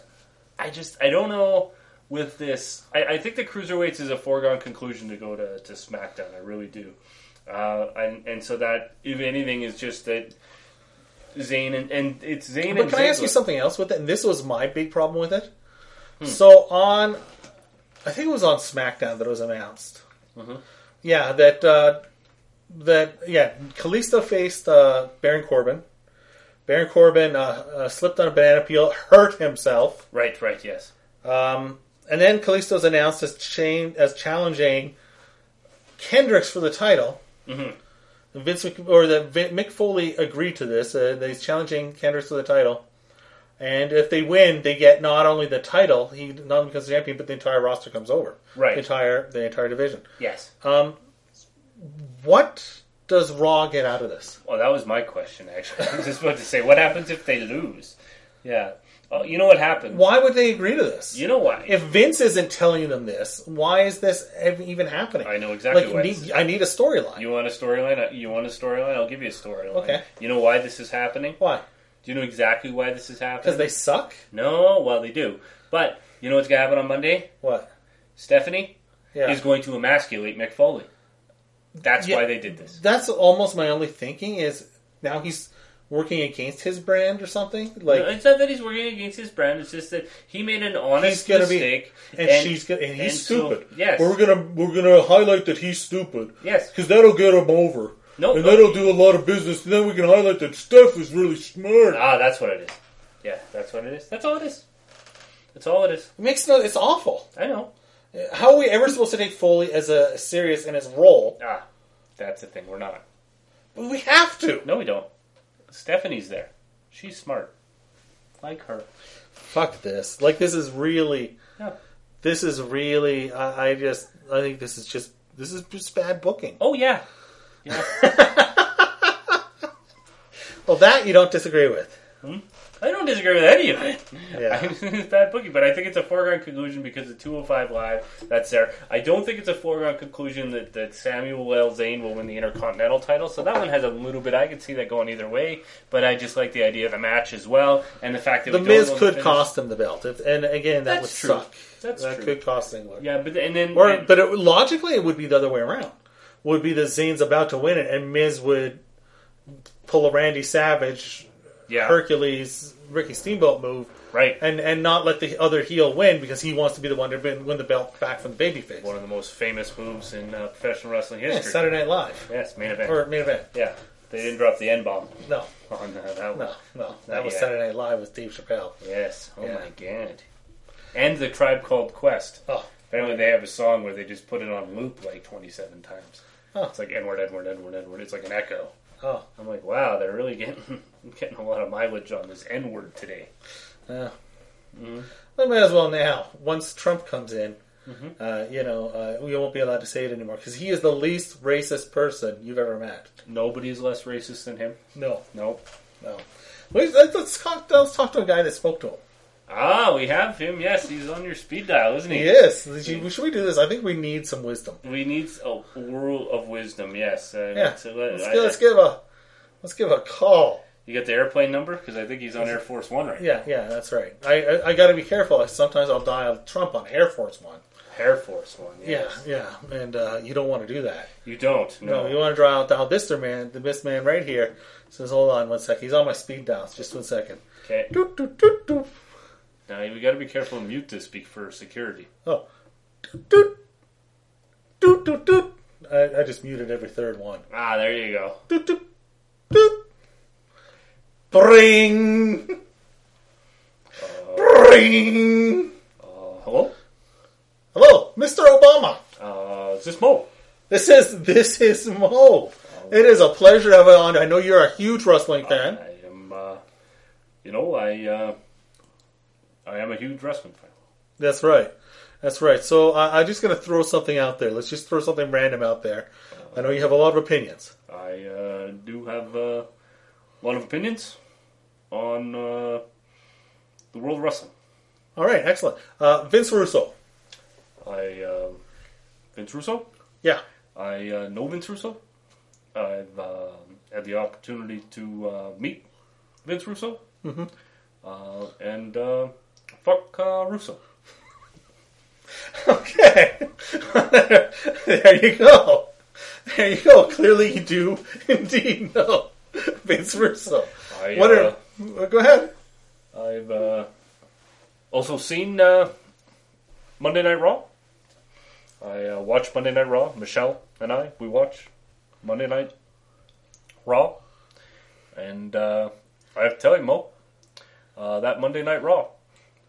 Speaker 2: I just, I don't know with this. I, I think the cruiserweights is a foregone conclusion to go to, to SmackDown. I really do. Uh, and and so that, if anything, is just that Zayn and, and it's Zayn
Speaker 3: but
Speaker 2: and
Speaker 3: can I ask
Speaker 2: Ziggler.
Speaker 3: you something else with it? And this was my big problem with it. So on, I think it was on SmackDown that it was announced. Yeah, that uh, that yeah, Kalisto faced uh, Baron Corbin. Baron Corbin uh, uh, slipped on a banana peel, hurt himself.
Speaker 2: Right, right, yes.
Speaker 3: Um, And then Kalisto's announced as, chain, as challenging Kendricks for the title. Mm-hmm. Vince Mc, or the Vin, Mick Foley agreed to this. Uh, that he's challenging Kendricks for the title, and if they win, they get not only the title, he not only becomes champion, but the entire roster comes over.
Speaker 2: Right.
Speaker 3: the entire the entire division. Um,
Speaker 2: Yes.
Speaker 3: What does Raw get out of this?
Speaker 2: Well, Oh, that was my question, actually. [LAUGHS] I was just about to say, what happens if they lose? Yeah. Oh, you know what happened?
Speaker 3: Why would they agree to this?
Speaker 2: You know why?
Speaker 3: if Vince isn't telling them this, why is this ev- even happening?
Speaker 2: I know exactly
Speaker 3: Like,
Speaker 2: why
Speaker 3: need-
Speaker 2: this is-
Speaker 3: I need a storyline.
Speaker 2: you want a storyline? You want a storyline? I'll give you a storyline.
Speaker 3: Okay.
Speaker 2: You know why this is happening?
Speaker 3: Why?
Speaker 2: Do you know exactly why this is happening?
Speaker 3: Because they suck.
Speaker 2: No, well, they do. But you know what's going to happen on Monday?
Speaker 3: What?
Speaker 2: Stephanie
Speaker 3: Yeah.
Speaker 2: is going to emasculate Mick Foley. That's
Speaker 3: Yeah.
Speaker 2: why they did this.
Speaker 3: That's almost my only thinking is now he's working against his brand or something. Like
Speaker 2: No, It's not that he's working against his brand. It's just that he made an honest
Speaker 3: he's gonna be,
Speaker 2: mistake,
Speaker 3: and, she's gonna, and he's
Speaker 2: so-
Speaker 3: stupid.
Speaker 2: yes,
Speaker 3: we're gonna we're gonna highlight that he's stupid.
Speaker 2: Yes.
Speaker 3: because that'll get him over.
Speaker 2: No,
Speaker 3: and
Speaker 2: no.
Speaker 3: that'll do a lot of business. And then we can highlight that Steph is really smart.
Speaker 2: ah, that's what it is. Yeah, that's what it is. That's all it is. That's all it is.
Speaker 3: It makes no. It's awful.
Speaker 2: I know.
Speaker 3: How are we ever supposed to take Foley as a serious in his role?
Speaker 2: Ah, that's the thing. We're not.
Speaker 3: But we have to.
Speaker 2: No, we don't. Stephanie's there. She's smart, like her.
Speaker 3: Fuck this. Like this is really.
Speaker 2: Yeah.
Speaker 3: This is really. I, I just. I think this is just. This is just bad booking.
Speaker 2: Oh yeah.
Speaker 3: Well, that you don't disagree with.
Speaker 2: I don't disagree with any of it.
Speaker 3: Yeah.
Speaker 2: [LAUGHS] I think it's bad bookie, but I think it's a foregone conclusion because of 205 Live. That's there. I don't think it's a foregone conclusion that, that Samuel L. Zane will win the Intercontinental title. So that one has a little bit. I could see that going either way, but I just like the idea of the match as well and the fact that
Speaker 3: The
Speaker 2: we
Speaker 3: Miz
Speaker 2: don't know
Speaker 3: could
Speaker 2: finish.
Speaker 3: cost him the belt, if, and again, that
Speaker 2: That's
Speaker 3: would
Speaker 2: true.
Speaker 3: suck.
Speaker 2: That's
Speaker 3: that
Speaker 2: true.
Speaker 3: could cost Singler.
Speaker 2: Yeah, but and then
Speaker 3: Or,
Speaker 2: and-
Speaker 3: but it, logically, it would be the other way around. Would be that Zane's about to win it, and Miz would pull a Randy Savage,
Speaker 2: yeah,
Speaker 3: Hercules, Ricky Steamboat move,
Speaker 2: right.
Speaker 3: and and not let the other heel win because he wants to be the one to win, win the belt back from the babyface.
Speaker 2: One of the most famous moves in uh, professional wrestling
Speaker 3: Yeah,
Speaker 2: history.
Speaker 3: Saturday Night Live
Speaker 2: yes, main event.
Speaker 3: or main event.
Speaker 2: yeah, they didn't drop the N bomb
Speaker 3: No,
Speaker 2: on uh, that one.
Speaker 3: no, no. That was
Speaker 2: yet.
Speaker 3: Saturday Night Live with Dave Chappelle.
Speaker 2: Yes. Oh
Speaker 3: Yeah.
Speaker 2: my god. And the tribe called Quest.
Speaker 3: Oh,
Speaker 2: Apparently, they have a song where they just put it on loop like 27 times.
Speaker 3: Huh.
Speaker 2: It's like Edward, Edward, Edward, Edward. It's like an echo.
Speaker 3: oh,
Speaker 2: I'm like, wow, they're really getting [LAUGHS] getting a lot of mileage on this N word today.
Speaker 3: Yeah.
Speaker 2: Mm-hmm.
Speaker 3: They might as well now. Once Trump comes in,
Speaker 2: Mm-hmm.
Speaker 3: uh, you know, uh, we won't be allowed to say it anymore because he is the least racist person you've ever met.
Speaker 2: Nobody's less racist than him.
Speaker 3: No,
Speaker 2: Nope.
Speaker 3: no. Wait, Let's, let's, talk, let's talk to a guy that spoke to him.
Speaker 2: Ah, we have him. Yes, he's on your speed dial, isn't he?
Speaker 3: Yes.
Speaker 2: Mm.
Speaker 3: Should should we do this? I think we need some wisdom.
Speaker 2: We need a world of wisdom. Yes. Uh,
Speaker 3: Yeah.
Speaker 2: so let-
Speaker 3: Let's,
Speaker 2: I-
Speaker 3: gi- let's give a let's give a call.
Speaker 2: you got the airplane number because I think he's on Air Force One right. now.
Speaker 3: Yeah, yeah, that's right. I I, I got to be careful. Sometimes I'll dial Trump on Air Force One.
Speaker 2: Air Force One.
Speaker 3: Yeah,
Speaker 2: Yes.
Speaker 3: yeah, and uh, you don't want to do that.
Speaker 2: You don't. No.
Speaker 3: No, you want to draw out dial this man, the this man right here. Says, hold on one sec. He's on my speed dial. Just one second.
Speaker 2: okay.
Speaker 3: Doot, doot, doot, doot.
Speaker 2: Now we got to be careful and mute this be- for security.
Speaker 3: Oh, doot, doot, doot, doot, doot. I, I just muted every third one.
Speaker 2: Ah, there you go.
Speaker 3: Doot, doot, doot. Bring, bring.
Speaker 2: Uh, hello.
Speaker 3: Hello, Mr. Obama.
Speaker 2: Uh, is this Mo?
Speaker 3: This is this is Mo. It is a pleasure to have you on. I know you're a huge wrestling fan.
Speaker 2: I am. Uh, you know, I uh, I am a huge wrestling fan.
Speaker 3: That's right. That's right. So I, I'm just going to throw something out there. Let's just throw something random out there. I know you have a lot of opinions.
Speaker 2: I uh, do have uh, a lot of opinions on uh, the world of wrestling.
Speaker 3: All right, excellent. Uh, Vince Russo.
Speaker 2: I uh, Vince Russo.
Speaker 3: Yeah. [LAUGHS]
Speaker 2: I uh, know Vince Russo. I've uh, had the opportunity to uh, meet Vince Russo.
Speaker 3: Mm-hmm.
Speaker 2: Uh, and uh, fuck uh, Russo.
Speaker 3: Okay. [LAUGHS] there you go. There you go. Clearly, you do [LAUGHS] indeed know Vince Russo.
Speaker 2: I,
Speaker 3: what
Speaker 2: uh,
Speaker 3: are, go ahead.
Speaker 2: I've uh, also seen uh, Monday Night Raw. I uh, watch Monday Night Raw. Michelle and I, we watch Monday Night Raw. And uh, I have to tell you, Mo, uh, that Monday Night Raw,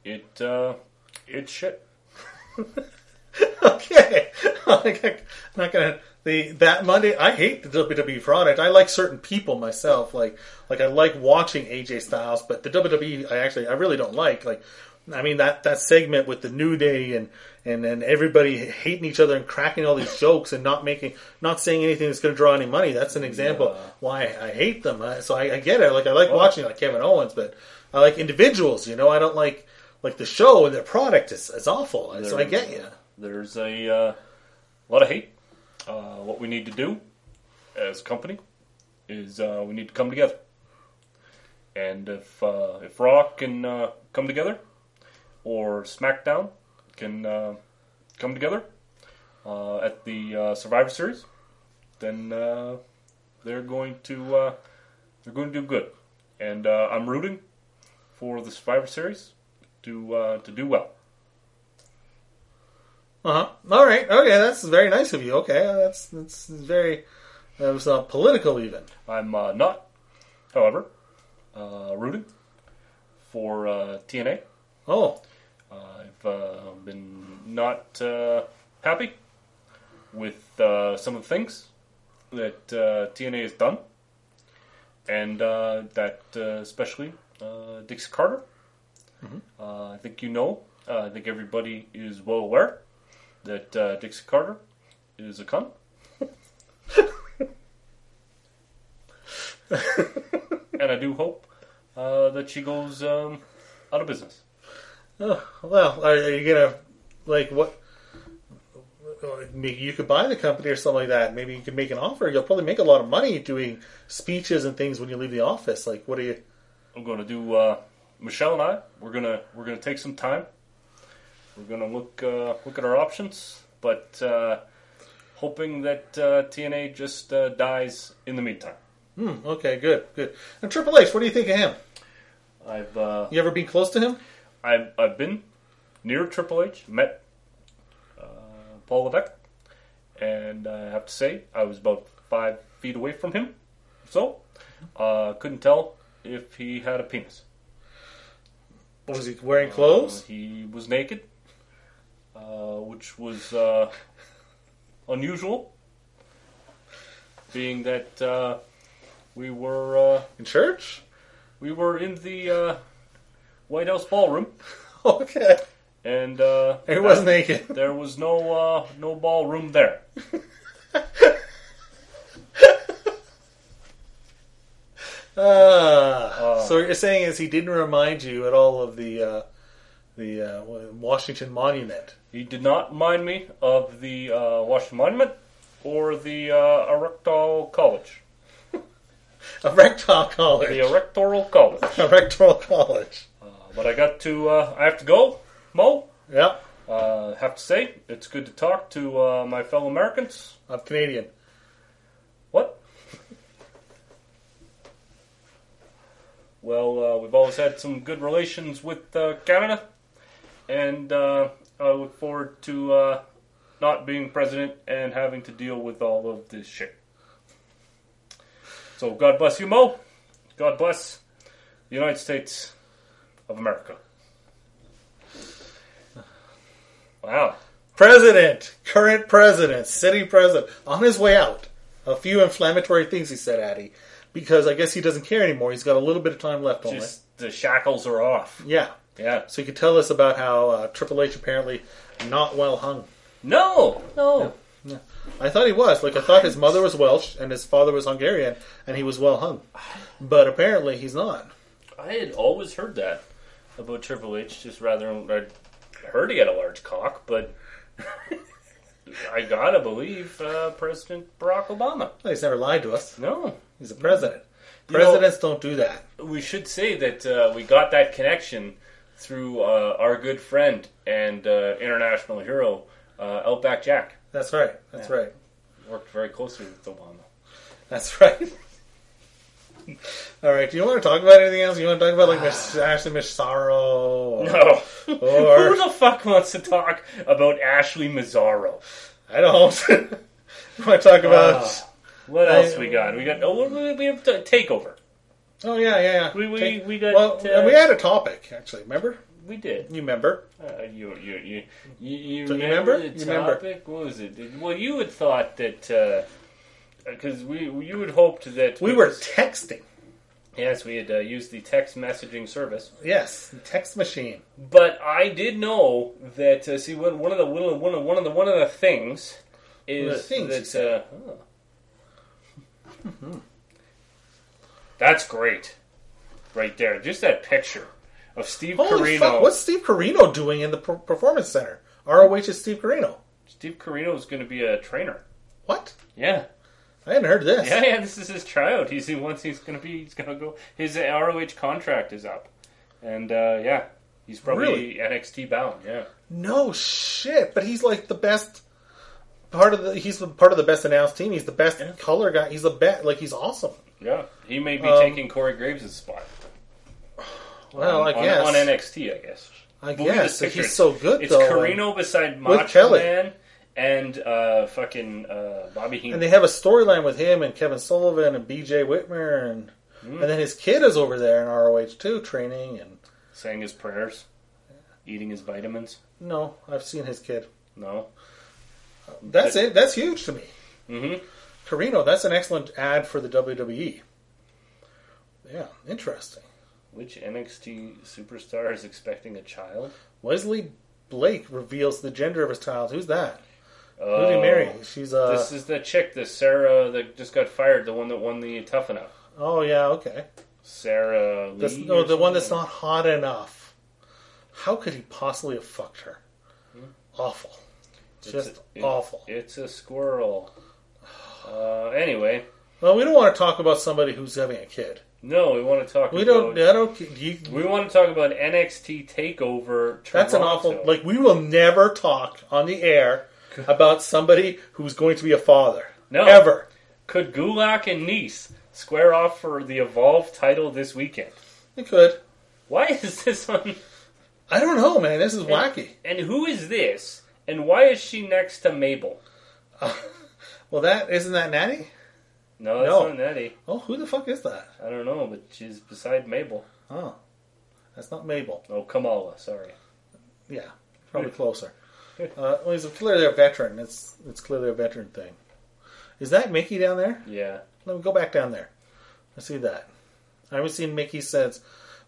Speaker 2: it, uh, it's shit.
Speaker 3: [LAUGHS] okay. I'm not gonna the that Monday. I hate the WWE product. I like certain people myself. Like like I like watching AJ Styles, but the WWE I actually I really don't like. Like I mean that that segment with the New Day and and and everybody hating each other and cracking all these jokes and not making not saying anything that's going to draw any money. That's an example
Speaker 2: Yeah.
Speaker 3: why I hate them. I, so I, I get it. Like I like watching like Kevin Owens, but I like individuals. You know, I don't like. Like the show and their product is, is awful, so I get you.
Speaker 2: There's a uh, lot of hate. Uh, what we need to do as a company is uh, we need to come together. And if uh, if Raw can uh, come together, or SmackDown can uh, come together uh, at the uh, Survivor Series, then uh, they're going to uh, they're going to do good. And uh, I'm rooting for the Survivor Series to uh, to do well.
Speaker 3: Uh huh. All right. Okay, that's very nice of you. Okay, uh, that's that's very that was uh, political even.
Speaker 2: I'm uh, not, however, uh, rooting for uh, TNA.
Speaker 3: Oh,
Speaker 2: Uh, I've uh, been not uh, happy with uh, some of the things that uh, TNA has done, and uh, that uh, especially uh, Dixie Carter. Uh, I think you know. Uh, I think everybody is well aware that uh, Dixie Carter is a cunt. and I do hope uh, that she goes um, out of business.
Speaker 3: oh well. Are, are you gonna like what? Maybe you could buy the company or something like that. Maybe you could make an offer. You'll probably make a lot of money doing speeches and things when you leave the office. Like, what are you?
Speaker 2: I'm going to do uh, Michelle and I. We're gonna we're gonna take some time. We're gonna look uh, look at our options, but uh, hoping that uh, TNA just uh, dies in the meantime.
Speaker 3: Hmm, okay, good, good. And Triple H, what do you think of him?
Speaker 2: I've uh,
Speaker 3: You ever been close to him?
Speaker 2: I've I've been near Triple H, met uh, Paul Levesque, and I have to say I was about five feet away from him, so uh, couldn't tell if he had a penis.
Speaker 3: Was he wearing clothes?
Speaker 2: He was naked, uh, which was uh, unusual, being that uh, we were uh,
Speaker 3: In church? [LAUGHS]
Speaker 2: we were in the uh, White House ballroom,
Speaker 3: Okay.
Speaker 2: and uh,
Speaker 3: He was
Speaker 2: that-
Speaker 3: naked.
Speaker 2: There was no uh, no ballroom there.
Speaker 3: Ah, so what you're saying is he didn't remind you at all of the uh, the uh, Washington Monument.
Speaker 2: He did not mind me of the uh, Washington Monument or the uh, Erectile College,
Speaker 3: Erectile
Speaker 2: the
Speaker 3: College.
Speaker 2: Erectoral College.
Speaker 3: Erectoral College.
Speaker 2: Uh, but I got to. Uh, I have to go, Mo.
Speaker 3: Yep.
Speaker 2: Uh, have to say, it's good to talk to uh, my fellow Americans.
Speaker 3: I'm Canadian.
Speaker 2: What? well, uh, we've always had some good relations with uh, Canada, and uh, I look forward to uh, not being president and having to deal with all of this shit. So, God bless you, Mo. God bless the United States of America. Wow.
Speaker 3: President. Current president. City president. On his way out. A few inflammatory things he said, Addy. Because I guess he doesn't care anymore. He's got a little bit of time left only.
Speaker 2: Just the shackles are off.
Speaker 3: Yeah.
Speaker 2: Yeah.
Speaker 3: So you could tell us about how uh, Triple H apparently not well hung.
Speaker 2: No, no.
Speaker 3: I thought he was. Like I thought his mother was Welsh and his father was Hungarian, and he was well hung. But apparently he's not.
Speaker 2: I had always heard that about Triple H. Just rather, I heard he had a large cock, but [LAUGHS] I gotta believe uh, President Barack Obama.
Speaker 3: Well, He's never lied to us.
Speaker 2: No,
Speaker 3: He's a president.
Speaker 2: know-
Speaker 3: Presidents don't do that.
Speaker 2: we should say that uh, we got that connection through uh, our good friend and uh, international hero uh, Outback Jack.
Speaker 3: That's right. That's right.
Speaker 2: Worked very closely with Obama.
Speaker 3: That's right. [LAUGHS] All right. Do you want to talk about anything else? You want to talk about like
Speaker 2: [SIGHS]
Speaker 3: Miss Ashley Missaro? Or,
Speaker 2: No. [LAUGHS]
Speaker 3: Or-
Speaker 2: Who the fuck wants to talk about Ashley Mazzaro? [LAUGHS]
Speaker 3: I don't. [LAUGHS] you want to talk
Speaker 2: Ah.
Speaker 3: about?
Speaker 2: What
Speaker 3: I-
Speaker 2: else we got? We got oh, what- we we have to- takeover.
Speaker 3: oh yeah, yeah, yeah.
Speaker 2: We we
Speaker 3: Take-
Speaker 2: we got
Speaker 3: well,
Speaker 2: uh,
Speaker 3: and we had a topic actually. Remember?
Speaker 2: we did.
Speaker 3: You remember?
Speaker 2: Uh, you you you you, you
Speaker 3: Don't you
Speaker 2: remember, the
Speaker 3: remember? You remember.
Speaker 2: topic? What was it? Did- Well, you had thought that because we you had hoped that
Speaker 3: We were texting.
Speaker 2: yes we had uh, used the text messaging service,
Speaker 3: Yes, text machine.
Speaker 2: but I did know that uh, see one one of the one of the one of, one of the one of the things is
Speaker 3: One of the things, you
Speaker 2: that uh, oh. that's great right there. Just that picture of Steve
Speaker 3: Holy
Speaker 2: Carino.
Speaker 3: fuck! What's Steve Carino doing in the per- performance center? ROH is Steve Carino.
Speaker 2: Steve Carino is going to be a trainer.
Speaker 3: What?
Speaker 2: Yeah.
Speaker 3: I hadn't heard this.
Speaker 2: Yeah, yeah, this is his tryout. He's he once he's gonna be he's gonna go his ROH contract is up. And uh yeah. He's probably
Speaker 3: Really?
Speaker 2: NXT bound, yeah.
Speaker 3: No shit, but he's like the best part of the. He's part of the best announced team. He's the best
Speaker 2: Yeah.
Speaker 3: color guy. He's the best. Like he's awesome.
Speaker 2: Yeah. He may be
Speaker 3: Um,
Speaker 2: taking Corey Graves' spot.
Speaker 3: Well,
Speaker 2: on,
Speaker 3: I guess.
Speaker 2: on NXT, I guess.
Speaker 3: I
Speaker 2: Look at this
Speaker 3: guess but
Speaker 2: picture.
Speaker 3: he's so good
Speaker 2: It's
Speaker 3: though.
Speaker 2: Carino beside Macho
Speaker 3: Kelly.
Speaker 2: Man and uh fucking uh Bobby Heenan.
Speaker 3: And they have a storyline with him and Kevin Sullivan and B.J. Whitmer and
Speaker 2: Mm.
Speaker 3: and then his kid is over there in ROH too, training and
Speaker 2: saying his prayers, eating his vitamins.
Speaker 3: no, I've seen his kid.
Speaker 2: No.
Speaker 3: That's it. That's huge to me.
Speaker 2: Mm-hmm.
Speaker 3: Carino, that's an excellent ad for the WWE. Yeah, interesting.
Speaker 2: Which NXT superstar is expecting a child?
Speaker 3: Wesley Blake reveals the gender of his child. Who's that? Who
Speaker 2: Oh,
Speaker 3: did he marry? She's uh
Speaker 2: This is the chick, the Sarah that just got fired, the one that won the Tough Enough.
Speaker 3: Oh yeah, okay.
Speaker 2: Sarah Lee.
Speaker 3: That's,
Speaker 2: or
Speaker 3: no, the one that's
Speaker 2: something?
Speaker 3: not hot enough. How could he possibly have fucked her? Awful.
Speaker 2: Hmm? It's
Speaker 3: Just
Speaker 2: a- it-
Speaker 3: awful.
Speaker 2: It's a squirrel. Uh, anyway,
Speaker 3: well, we don't want to talk about somebody who's having a kid.
Speaker 2: no, we want to talk.
Speaker 3: We
Speaker 2: about,
Speaker 3: don't. I don't. You,
Speaker 2: We want to talk about NXT Takeover. Toronto.
Speaker 3: that's an awful. Like we will never talk on the air about somebody who's going to be a father.
Speaker 2: No.
Speaker 3: Ever.
Speaker 2: could Gulak and Nice square off for the Evolve title this weekend?
Speaker 3: They could.
Speaker 2: Why [LAUGHS] is this one?
Speaker 3: I don't know, man. This is wacky.
Speaker 2: And who is this? And why is she next to Mabel?
Speaker 3: Well, that isn't that Natty.
Speaker 2: No, that's
Speaker 3: No.
Speaker 2: not Nettie.
Speaker 3: Oh, who the fuck is that?
Speaker 2: I don't know, but she's beside Mabel.
Speaker 3: Oh, that's not Mabel.
Speaker 2: Oh, Kamala. Sorry.
Speaker 3: Yeah, probably closer. Uh, well, he's clearly a veteran. It's it's clearly a veteran thing. Is that Mickey down there?
Speaker 2: Yeah.
Speaker 3: Let me go back down there. I see that. I haven't seen Mickey since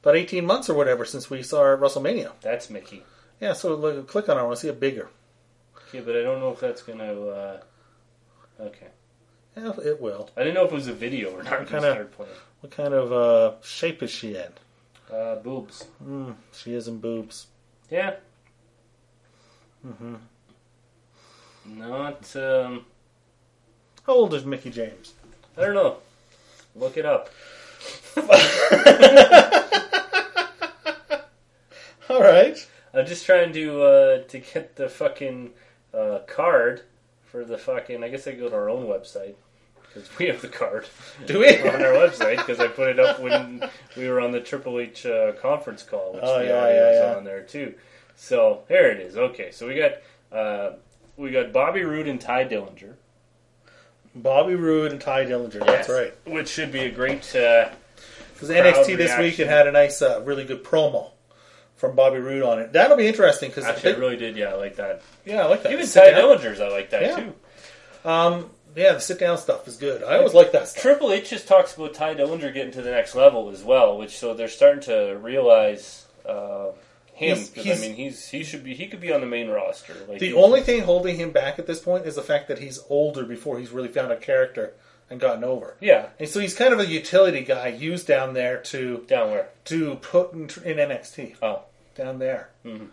Speaker 3: about eighteen months or whatever since we saw her at WrestleMania.
Speaker 2: That's Mickey.
Speaker 3: Yeah, so look, click on her. I want to see it bigger.
Speaker 2: Yeah, but I don't know if that's gonna. Uh... Okay,
Speaker 3: Yeah, it will.
Speaker 2: I didn't know if it was a video or [LAUGHS] not. Kind
Speaker 3: Kinda-
Speaker 2: of playing.
Speaker 3: What kind of uh, shape is she in?
Speaker 2: Uh, boobs.
Speaker 3: Mm, she is in boobs.
Speaker 2: Yeah. Mm-hmm. Not. Um,
Speaker 3: How old is Mickey James? [LAUGHS]
Speaker 2: I don't know. Look it up.
Speaker 3: All right.
Speaker 2: I'm just trying to uh, to get the fucking uh, card for the fucking. I guess I go to our own website because we have the card
Speaker 3: Do we?
Speaker 2: on our website because I put it up when we were on the Triple H uh, conference call, which
Speaker 3: Oh,
Speaker 2: the
Speaker 3: yeah,
Speaker 2: audio
Speaker 3: yeah,
Speaker 2: is
Speaker 3: yeah.
Speaker 2: on there too. So here it is. Okay, so we got uh, we got Bobby Roode and Ty Dillinger.
Speaker 3: Bobby Roode and Ty Dillinger.
Speaker 2: Yes,
Speaker 3: That's right.
Speaker 2: Which should be a great. Uh,
Speaker 3: Because
Speaker 2: Crowd
Speaker 3: NXT this week
Speaker 2: reaction.
Speaker 3: it had a nice, uh, really good promo from Bobby Roode on it. That'll be interesting because
Speaker 2: actually, I really did. Yeah, I like that.
Speaker 3: yeah, I like that.
Speaker 2: Even
Speaker 3: Sit
Speaker 2: Ty
Speaker 3: down.
Speaker 2: Dillinger's, I like that
Speaker 3: Yeah.
Speaker 2: too.
Speaker 3: Um, yeah, the sit down stuff is good. I always like that. Stuff.
Speaker 2: Triple H just talks about Ty Dillinger getting to the next level as well, which so they're starting to realize uh, him
Speaker 3: He's-
Speaker 2: because
Speaker 3: he's-
Speaker 2: I mean he's he should be he could be on the main roster. Like
Speaker 3: The
Speaker 2: he's-
Speaker 3: only thing holding him back at this point is the fact that he's older before he's really found a character and gotten over.
Speaker 2: yeah
Speaker 3: And so he's kind of a utility guy used down there to
Speaker 2: down where
Speaker 3: to put in, in NXT
Speaker 2: oh
Speaker 3: down there.
Speaker 2: Mm-hmm.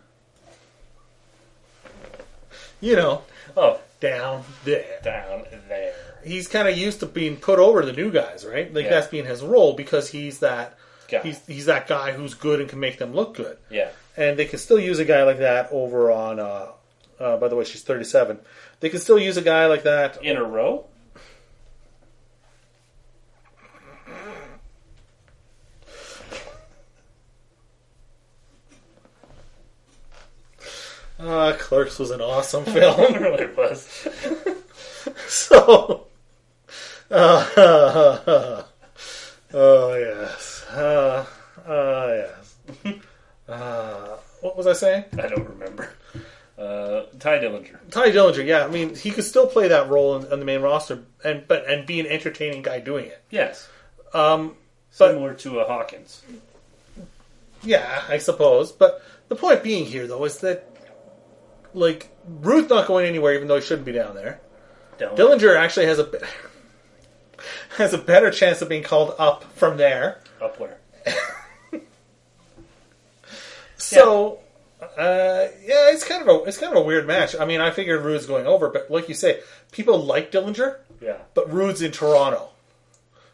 Speaker 3: You know,
Speaker 2: oh
Speaker 3: down there.
Speaker 2: down there
Speaker 3: he's kind of used to being put over the new guys, right? Like
Speaker 2: Yeah.
Speaker 3: that's being his role because he's that
Speaker 2: Guy.
Speaker 3: he's he's that guy who's good and can make them look good.
Speaker 2: yeah
Speaker 3: And they can still use a guy like that over on. Uh, uh, by the way, she's thirty seven. They can still use a guy like that.
Speaker 2: in a row. [LAUGHS]
Speaker 3: Uh, Clerks was an awesome [LAUGHS] film.
Speaker 2: really was.
Speaker 3: so, [LAUGHS] uh, [LAUGHS] oh yes, [LAUGHS] uh, uh, yes. Uh, was I saying?
Speaker 2: [LAUGHS] I don't remember. Uh, Ty Dillinger.
Speaker 3: Ty Dillinger, yeah. I mean, he could still play that role in, on the main roster, and but and be an entertaining guy doing it.
Speaker 2: Yes.
Speaker 3: Um, But-
Speaker 2: Similar to a Hawkins.
Speaker 3: yeah, I suppose. But the point being here, though, is that like Ruth not going anywhere, even though he shouldn't be down there.
Speaker 2: Dillinger.
Speaker 3: Dillinger actually has a [LAUGHS] be- has a better chance of being called up from there.
Speaker 2: Up where?
Speaker 3: So, uh, yeah, it's kind of a it's kind of a weird match. I mean, I figured Rude's going over, but like you say, people like Dillinger,
Speaker 2: Yeah.
Speaker 3: but Rude's in Toronto,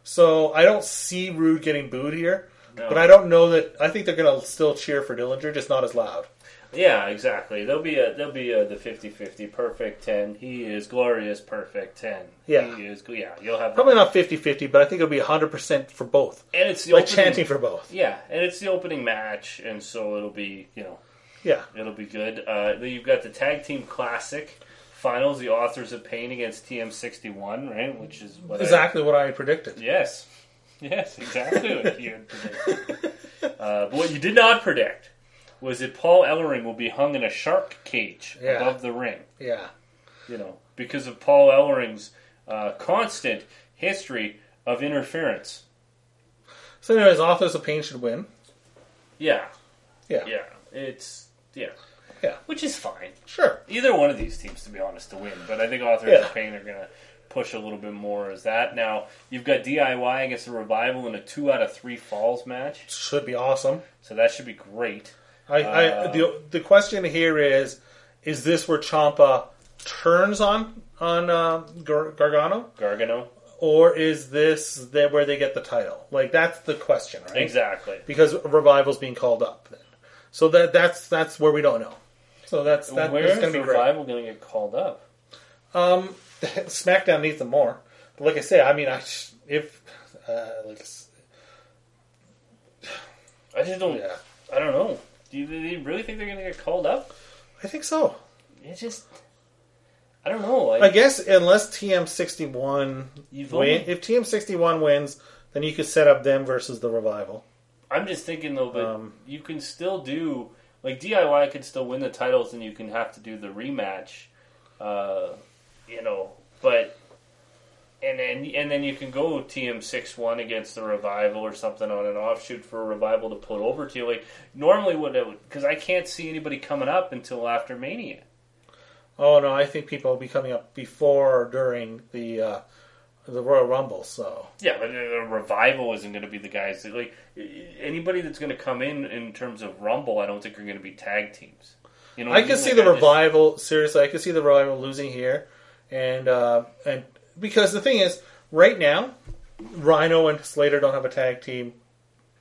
Speaker 3: so I don't see Rude getting booed here.
Speaker 2: No.
Speaker 3: But I don't know that. I think they're going to still cheer for Dillinger, just not as loud.
Speaker 2: Yeah, exactly. There'll be a there'll be a, the 50-50 perfect ten. He is glorious perfect ten.
Speaker 3: Yeah.
Speaker 2: He is. Yeah. You'll have
Speaker 3: Probably not 50-50, but I think it'll be hundred percent for both.
Speaker 2: and it's the
Speaker 3: Like
Speaker 2: opening-
Speaker 3: chanting for both.
Speaker 2: Yeah, and it's the opening match, and so it'll be you know
Speaker 3: Yeah,
Speaker 2: it'll be good. Uh, then you've got the tag team classic finals, the authors of pain against TM sixty one, right? Which is what I-
Speaker 3: exactly what I had predicted.
Speaker 2: yes, yes, exactly what you had predicted. Uh, but what you did not predict was that Paul Ellering will be hung in a shark cage
Speaker 3: Yeah.
Speaker 2: above the ring.
Speaker 3: Yeah,
Speaker 2: You know, because of Paul Ellering's uh, constant history of interference.
Speaker 3: So, anyways, authors of pain should win.
Speaker 2: Yeah,
Speaker 3: Yeah,
Speaker 2: yeah, it's yeah,
Speaker 3: Yeah.
Speaker 2: which is fine.
Speaker 3: sure.
Speaker 2: either one of these teams, to be honest, to win. But I think Authors
Speaker 3: Yeah.
Speaker 2: of Pain are going to push a little bit more as that. Now, you've got DIY against the Revival in a two out of three falls match,
Speaker 3: Should be awesome.
Speaker 2: so that should be great.
Speaker 3: I,
Speaker 2: Uh,
Speaker 3: I the the question here is: Is this where Champa turns on on uh, Gar- Gargano,
Speaker 2: Gargano,
Speaker 3: or is this the, where they get the title? Like that's the question, right?
Speaker 2: exactly.
Speaker 3: Because Revival's being called up, then. so that that's that's where we don't know. So that's that,
Speaker 2: Where is
Speaker 3: that's going to be great.
Speaker 2: Revival going to get called up?
Speaker 3: Um, [LAUGHS] SmackDown needs them more. But like I say, I mean, I sh- if uh, like s-
Speaker 2: I just don't.
Speaker 3: Yeah.
Speaker 2: I don't know. Do you, do you really think they're going to get called up?
Speaker 3: I think so.
Speaker 2: It just. I don't know. Like,
Speaker 3: I guess unless TM sixty one
Speaker 2: You've
Speaker 3: win,
Speaker 2: only-
Speaker 3: if TM sixty one wins, then you could set up them versus the revival.
Speaker 2: I'm just thinking though, but
Speaker 3: Um,
Speaker 2: you can still do like DIY could still win the titles, and you can have to do the rematch, uh, you know. But and then and then you can go TM six one against the revival or something on an offshoot for a revival to put over to you. Like normally, what it would because I can't see anybody coming up until after Mania.
Speaker 3: Oh no, I think people will be coming up before or during the uh, the Royal Rumble. So
Speaker 2: Yeah, but the revival isn't going to be the guys that like anybody that's going to come in in terms of Rumble. I don't think are going to be tag teams. You know, what
Speaker 3: I
Speaker 2: mean?
Speaker 3: could see
Speaker 2: Like,
Speaker 3: the
Speaker 2: I just-
Speaker 3: revival. Seriously, I could see the revival losing here, and uh, and because the thing is, right now, Rhino and Slater don't have a tag team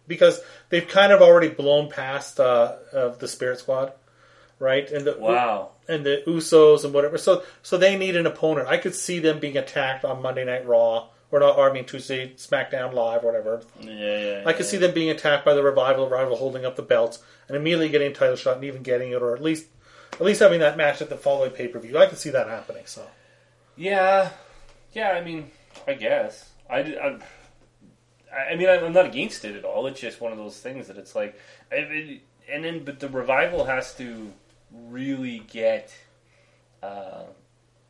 Speaker 3: because they've kind of already blown past uh, of the Spirit Squad, right? And the
Speaker 2: Wow.
Speaker 3: and the Usos and whatever. So so they need an opponent. I could see them being attacked on Monday Night Raw or not. Or I mean Tuesday SmackDown Live, whatever.
Speaker 2: Yeah, yeah,
Speaker 3: I could
Speaker 2: yeah.
Speaker 3: see them being attacked by the revival, rival holding up the belts, and immediately getting a title shot, and even getting it, or at least, at least having that match at the following pay per view. I could see that happening. So
Speaker 2: Yeah, yeah. I mean, I guess I. d- I'm- I, I mean, I'm I'm not against it at all. It's just one of those things that it's like, I- it, and then but the revival has to really get. Uh,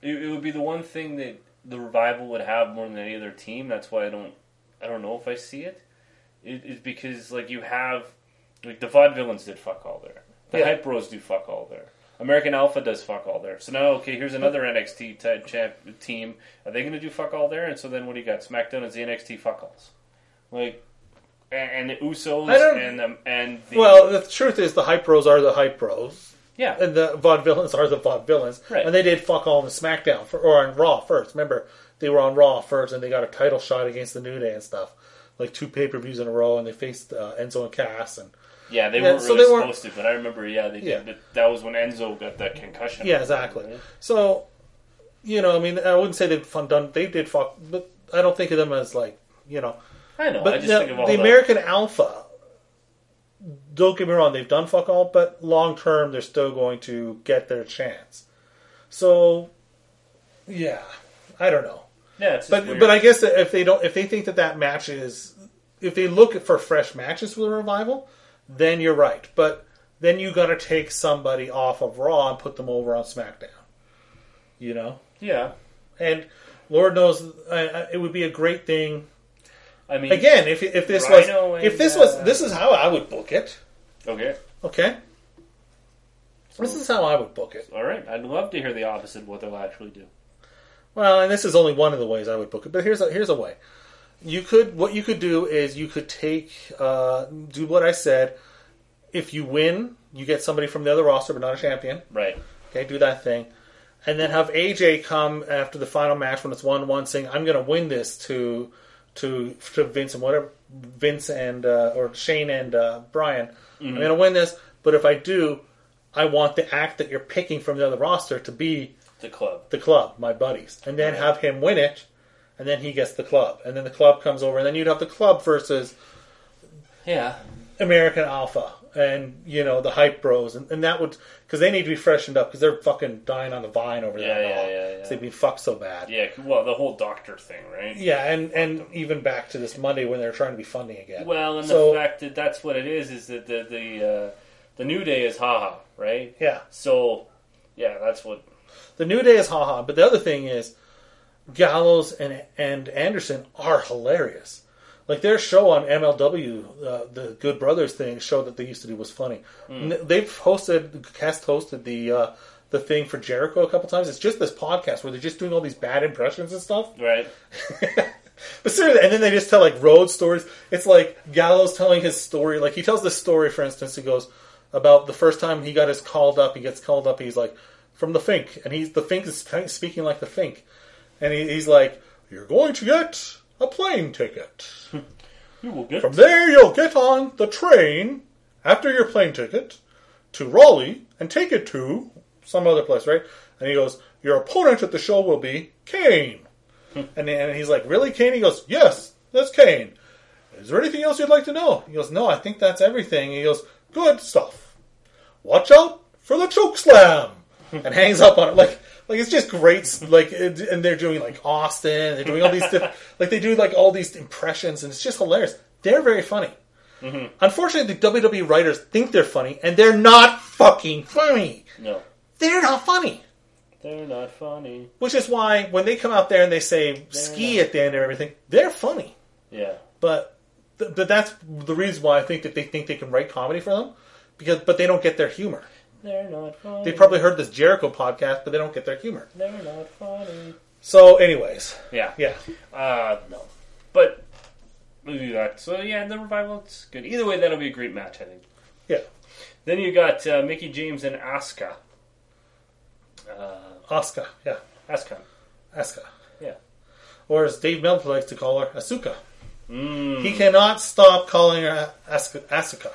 Speaker 2: it, it would be the one thing that the revival would have more than any other team. That's why I don't. I don't know if I see it. it it's because like you have, like the vaudevillains did fuck all there. The
Speaker 3: Yeah.
Speaker 2: hype bros do fuck all there. American Alpha does fuck all there. So now, okay, here's another NXT type champ team. Are they going to do fuck all there? And so then, what do you got? SmackDown is the NXT fuck alls, like, a- and, and the Usos
Speaker 3: I don't-
Speaker 2: and um, and the,
Speaker 3: well, the truth is, the hype bros are the hype bros,
Speaker 2: yeah,
Speaker 3: and the vaudevillains are the vaudevillains,
Speaker 2: Right.
Speaker 3: and they did fuck all on SmackDown for, or on Raw first. Remember, they were on Raw first, and they got a title shot against the New Day and stuff, like two pay per views in a row, and they faced uh, Enzo and Cass and.
Speaker 2: yeah, they
Speaker 3: yeah,
Speaker 2: weren't
Speaker 3: so
Speaker 2: really
Speaker 3: they weren't-
Speaker 2: supposed to, but I remember, yeah, they
Speaker 3: Yeah.
Speaker 2: did. But that was when Enzo got that concussion.
Speaker 3: Yeah, exactly. So, you know, I mean, I wouldn't say they've fun done. They did fuck, but I don't think of them as like you know.
Speaker 2: I know. I
Speaker 3: But
Speaker 2: just
Speaker 3: the,
Speaker 2: think of all
Speaker 3: the American Alpha. Don't get me wrong; they've done fuck all, but long term, they're still going to get their chance. So, yeah, I don't know,
Speaker 2: yeah, it's just
Speaker 3: but
Speaker 2: weird.
Speaker 3: but I guess that if they don't, if they think that that match is, if they look for fresh matches for the revival, then you're right. But then you got to take somebody off of Raw and put them over on SmackDown. You know,
Speaker 2: Yeah.
Speaker 3: and Lord knows, uh, uh, it would be a great thing.
Speaker 2: I mean,
Speaker 3: Again, if if this
Speaker 2: Rhino
Speaker 3: was
Speaker 2: and,
Speaker 3: if this was
Speaker 2: uh,
Speaker 3: this is how I would book it.
Speaker 2: Okay.
Speaker 3: Okay, this is how I would book it.
Speaker 2: All right. I'd love to hear the opposite of what they'll actually do.
Speaker 3: Well, and this is only one of the ways I would book it, but here's a here's a way. You could what you could do is you could take uh, do what I said. If you win, you get somebody from the other roster, but not a champion.
Speaker 2: Right.
Speaker 3: Okay, do that thing, and then have AJ come after the final match when it's one one, saying, "I'm going to win this to to to Vince and whatever Vince and uh, or Shane and uh, Brian. I'm going to win this, but if I do, I want the act that you're picking from the other roster to be."
Speaker 2: The club.
Speaker 3: the club, my buddies, and then have him win it, and then he gets the club, and then the club comes over, and then you'd have the club versus
Speaker 2: Yeah.
Speaker 3: American Alpha and you know the hype bros, and, and that would because they need to be freshened up because they're fucking dying on the vine over there.
Speaker 2: Yeah,
Speaker 3: and all,
Speaker 2: yeah, yeah, yeah.
Speaker 3: 'cause They've been fucked so bad.
Speaker 2: Yeah. Well, the whole doctor thing, right?
Speaker 3: Yeah, and and even back to this Monday when they're trying to be funding again.
Speaker 2: Well, and
Speaker 3: So-
Speaker 2: the fact that that's what it is is that the the uh, the new day is haha, right?
Speaker 3: yeah,
Speaker 2: So, yeah, that's what.
Speaker 3: the New Day is haha, but the other thing is Gallows and and Anderson are hilarious. Like their show on MLW, uh, the Good Brothers thing, show that they used to do was funny. N- They've hosted, cast hosted the uh, the thing for Jericho a couple times. It's just this podcast where they're just doing all these bad impressions and stuff.
Speaker 2: Right.
Speaker 3: But seriously, and then they just tell like road stories. It's like Gallows telling his story. Like he tells this story, for instance, he goes about the first time he got his called up. He gets called up. He's like from the Fink, and he's the Fink is sp- speaking like the Fink, and he, he's like, "You're going to get a plane ticket.
Speaker 2: You will get
Speaker 3: From there, you'll get on the train after your plane ticket to Raleigh and take it to some other place, right?" And he goes, "Your opponent at the show will be Kane." And, and he's like, Really, Kane? He goes, Yes, that's Kane. Is there anything else you'd like to know? He goes, No, I think that's everything. He goes, Good stuff. Watch out for the choke slam. And hangs up on it. Like, like it's just great. Like, it- and they're doing like Austin. They're doing all these diff- [LAUGHS] like they do like all these impressions, and it's just hilarious. They're very funny. Unfortunately, the WWE writers think they're funny, and they're not fucking funny.
Speaker 2: no.
Speaker 3: They're not funny.
Speaker 2: They're not funny.
Speaker 3: Which is why when they come out there and they say ski at the end of everything, they're funny.
Speaker 2: Yeah.
Speaker 3: But th- but that's the reason why I think that they think they can write comedy for them because but they don't get their humor.
Speaker 2: They're not funny.
Speaker 3: They probably heard this Jericho podcast, but they don't get their humor.
Speaker 2: They're not funny.
Speaker 3: So, anyways,
Speaker 2: Yeah.
Speaker 3: yeah,
Speaker 2: Uh, no. But we'll do that. So yeah, the revival. It's good. Either way, that'll be a great match, I think.
Speaker 3: yeah.
Speaker 2: Then you got uh, Mickey James and Asuka. Uh,
Speaker 3: Asuka, yeah,
Speaker 2: Asuka.
Speaker 3: Asuka,
Speaker 2: Yeah.
Speaker 3: or as Dave Meltzer likes to call her, Asuka.
Speaker 2: Mm.
Speaker 3: He cannot stop calling her Asuka, Asuka,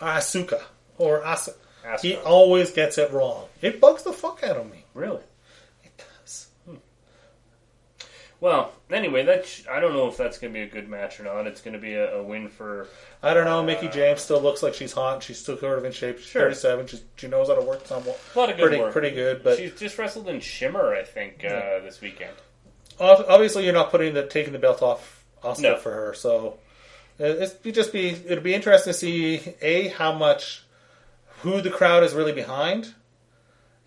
Speaker 3: Asuka, or Asuka.
Speaker 2: Asuka.
Speaker 3: He always gets it wrong. It bugs the fuck out of me.
Speaker 2: Really?
Speaker 3: It does.
Speaker 2: Well, anyway, that sh- I don't know if that's going to be a good match or not. It's going to be a, a win for
Speaker 3: I don't know. Mickey James still looks like she's hot. She's still sort of in shape. She's
Speaker 2: Uh. Sure.
Speaker 3: 37. She's, she knows how to work somewhat.
Speaker 2: a lot of good
Speaker 3: pretty,
Speaker 2: work.
Speaker 3: Pretty good, but
Speaker 2: She's just wrestled in Shimmer, I think, uh, this weekend.
Speaker 3: ob- obviously you're not putting the taking the belt off Asuka
Speaker 2: No.
Speaker 3: for her. So it- it's it'd just be it'd be interesting to see a how much who the crowd is really behind,